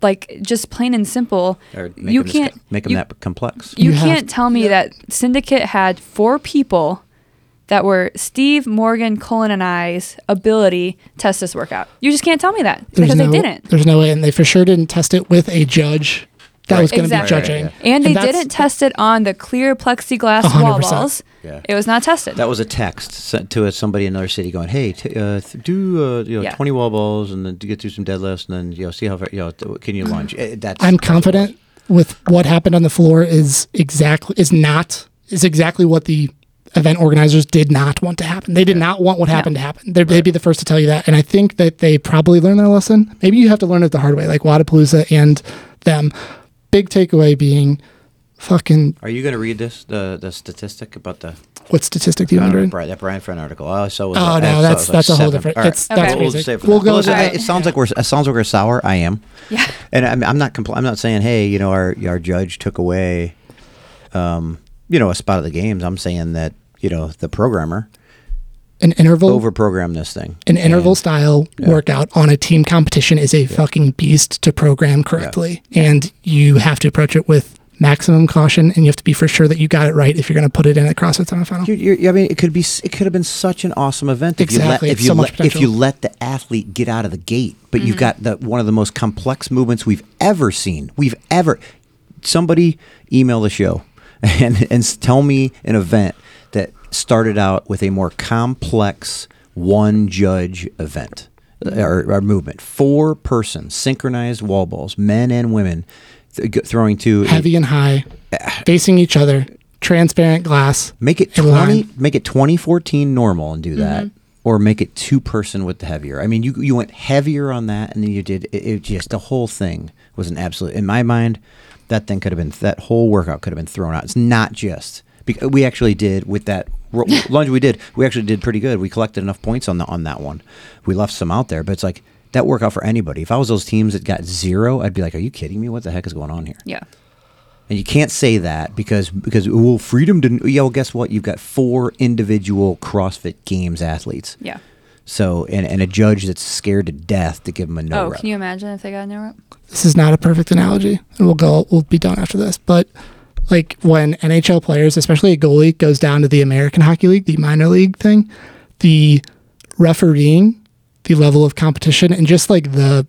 Speaker 2: like just plain and simple,
Speaker 1: Or make
Speaker 2: you
Speaker 1: them
Speaker 2: can't
Speaker 1: sc- make them
Speaker 2: you,
Speaker 1: that complex.
Speaker 2: You,
Speaker 3: You have
Speaker 2: can't
Speaker 3: to-
Speaker 2: tell me that Syndicate had four people that were Steve, Morgan, Cullen, and I's ability test this workout. You just can't tell me that because
Speaker 3: no,
Speaker 2: they didn't.
Speaker 3: There's no way, and they for sure didn't test it with a judge that
Speaker 1: Right.
Speaker 3: was going to
Speaker 2: Exactly.
Speaker 3: be judging.
Speaker 1: Right, right,
Speaker 2: And they
Speaker 3: that's-
Speaker 2: didn't test it on the clear plexiglass wall
Speaker 3: 100%.
Speaker 2: balls.
Speaker 1: Yeah.
Speaker 2: It was not tested.
Speaker 1: That was a text sent to a, somebody in another city going, "Hey, t- uh, th- do uh, you know
Speaker 2: Yeah.
Speaker 1: twenty wall balls and then to get through some deadlifts and then you know see how far you know th- can you lunge."
Speaker 2: Mm.
Speaker 1: Eh, that's
Speaker 3: I'm confident with what happened on the floor is exactly is not is exactly what the event organizers did not want to happen. They did not want what happened to happen. They're, They'd be the first to tell you that, and I think that they probably learned their lesson. Maybe you have to learn it the hard way, like Wadapalooza and them. Big takeaway being, fucking
Speaker 1: Are you going to read this the the statistic about the
Speaker 3: what statistic do you
Speaker 1: uh,
Speaker 3: wonder?
Speaker 1: Bri- that Brian Friend article? I saw was
Speaker 3: Oh,
Speaker 1: I saw
Speaker 3: no,
Speaker 1: it
Speaker 3: that's-
Speaker 1: was
Speaker 3: that's a whole
Speaker 1: seven.
Speaker 3: different-
Speaker 1: All
Speaker 3: that's- that's
Speaker 1: we'll
Speaker 3: music.
Speaker 1: save it for
Speaker 3: We'll
Speaker 1: that.
Speaker 3: go
Speaker 1: Melissa,
Speaker 3: to
Speaker 1: I-
Speaker 3: that.
Speaker 1: It sounds like we're it sounds like we're sour. I am,
Speaker 2: Yeah.
Speaker 1: and I'm, I'm not compl- I'm not saying hey, you know our our judge took away, um, you know a spot of the games. I'm saying that you know the programmer
Speaker 3: An interval
Speaker 1: over programmed this thing.
Speaker 3: an interval style workout on a team competition is a fucking beast to program correctly and you have to approach it with maximum caution, and you have to be for sure that you got it right if you're going to put it in at CrossFit semifinal.
Speaker 1: You, you, I mean, it could be. s- It could have been such an awesome event if
Speaker 3: Exactly.
Speaker 1: you let if
Speaker 3: It's
Speaker 1: you
Speaker 3: so much
Speaker 1: let, if you
Speaker 3: potential.
Speaker 1: let the athlete get out of the gate. But you've got the one of the most complex movements we've ever seen. We've ever. Somebody email the show *laughs* and and s- tell me an event that started out with a more complex one judge event uh, or, or movement. Four person synchronized wall balls, men and women, th- g- throwing to
Speaker 3: Heavy and high, facing each other, transparent glass.
Speaker 1: Make it
Speaker 3: and
Speaker 1: twenty.
Speaker 3: line.
Speaker 1: Make it twenty fourteen normal and do that, or make it two person with the heavier. I mean, you you went heavier on that, and then you did it, it. Just the whole thing was an absolute. In my mind, that thing could have been that whole workout could have been thrown out. It's not just because we actually did with that ro- lunge. We did. We actually did pretty good. We collected enough points on the on that one. We left some out there, but it's like that workout for anybody. If I was those teams that got zero, I'd be like, "Are you kidding me? What the heck is going on here?"
Speaker 2: Yeah.
Speaker 1: And you can't say that because because well, freedom didn't. Yeah, well, guess what? You've got four individual CrossFit Games athletes.
Speaker 2: Yeah.
Speaker 1: So and and a judge that's scared to death to give them a no
Speaker 2: oh,
Speaker 1: rep.
Speaker 2: can you imagine if they got no rep?
Speaker 3: This is not a perfect analogy, and we'll go. We'll be done after this, but. Like when NHL players, especially a goalie, goes down to the American Hockey League, the minor league thing, the refereeing, the level of competition, and just like the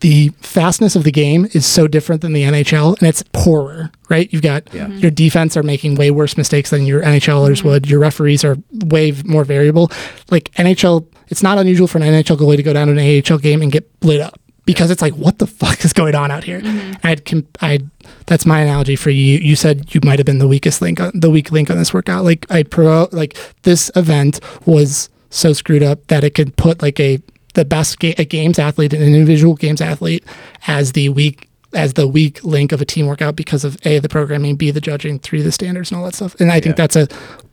Speaker 3: the fastness of the game is so different than the NHL, and it's poorer, right? You've got your defense are making way worse mistakes than your NHLers would. Your referees are way v- more variable. Like NHL, it's not unusual for an NHL goalie to go down to an AHL game and get lit up because it's like, what the fuck is going on out here? I'd, com- I'd, that's my analogy for you. You said you might have been the weakest link, on, the weak link on this workout. Like I pro, like this event was so screwed up that it could put like a the best ga- a games athlete, an individual games athlete, as the weak as the weak link of a team workout because of a the programming, b the judging, three the standards, and all that stuff. And I think
Speaker 1: Yeah.
Speaker 3: that's a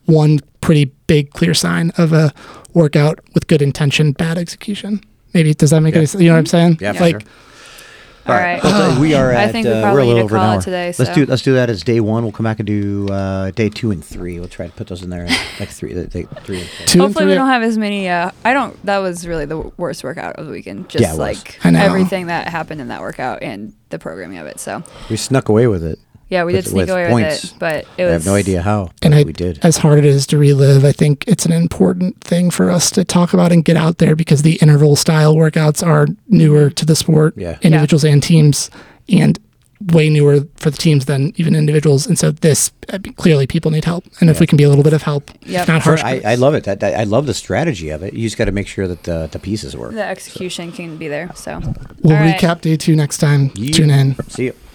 Speaker 3: one pretty big clear sign of a workout with good intention, bad execution. Maybe does that make
Speaker 1: Yeah. Mm-hmm.
Speaker 3: any sense? You know what I'm saying?
Speaker 1: Yeah, for
Speaker 3: like
Speaker 1: sure.
Speaker 2: All right.
Speaker 1: Well, we are
Speaker 2: I
Speaker 1: at.
Speaker 2: think we
Speaker 1: uh,
Speaker 2: probably
Speaker 1: we're a little
Speaker 2: need to
Speaker 1: over an
Speaker 2: call it
Speaker 1: hour.
Speaker 2: today, so-
Speaker 1: Let's do let's do that as day one. We'll come back and do uh, day two and three. We'll try to put those in there like three, like, three and four.
Speaker 3: two and
Speaker 2: Hopefully, we
Speaker 3: three-
Speaker 2: don't have as many. Uh, I don't. That was really the w- worst workout of the weekend. Just
Speaker 1: Yeah, it was.
Speaker 2: like
Speaker 3: I know.
Speaker 2: everything that happened in that workout and the programming of it. So
Speaker 1: We snuck away with it.
Speaker 2: yeah, we
Speaker 1: With-
Speaker 2: did sneak
Speaker 1: with
Speaker 2: away
Speaker 1: points.
Speaker 2: with it, but it
Speaker 1: I
Speaker 2: was.
Speaker 1: have no idea how, but
Speaker 3: and I,
Speaker 1: we did.
Speaker 3: as hard it is to relive, I think it's an important thing for us to talk about and get out there because the interval style workouts are newer to the sport,
Speaker 1: Yeah. Yeah.
Speaker 3: individuals and teams, and way newer for the teams than even individuals. And so this I mean, clearly people need help, and if we can be a little bit of help,
Speaker 2: Yep.
Speaker 3: not
Speaker 1: For-
Speaker 3: harsh.
Speaker 1: I, I love it. That, that- I love the strategy of it. You just got to make sure that the, the pieces work.
Speaker 2: The execution can be there. So
Speaker 3: we'll
Speaker 2: All right.
Speaker 3: recap day two next time.
Speaker 1: Yeah.
Speaker 3: Tune in.
Speaker 1: See you.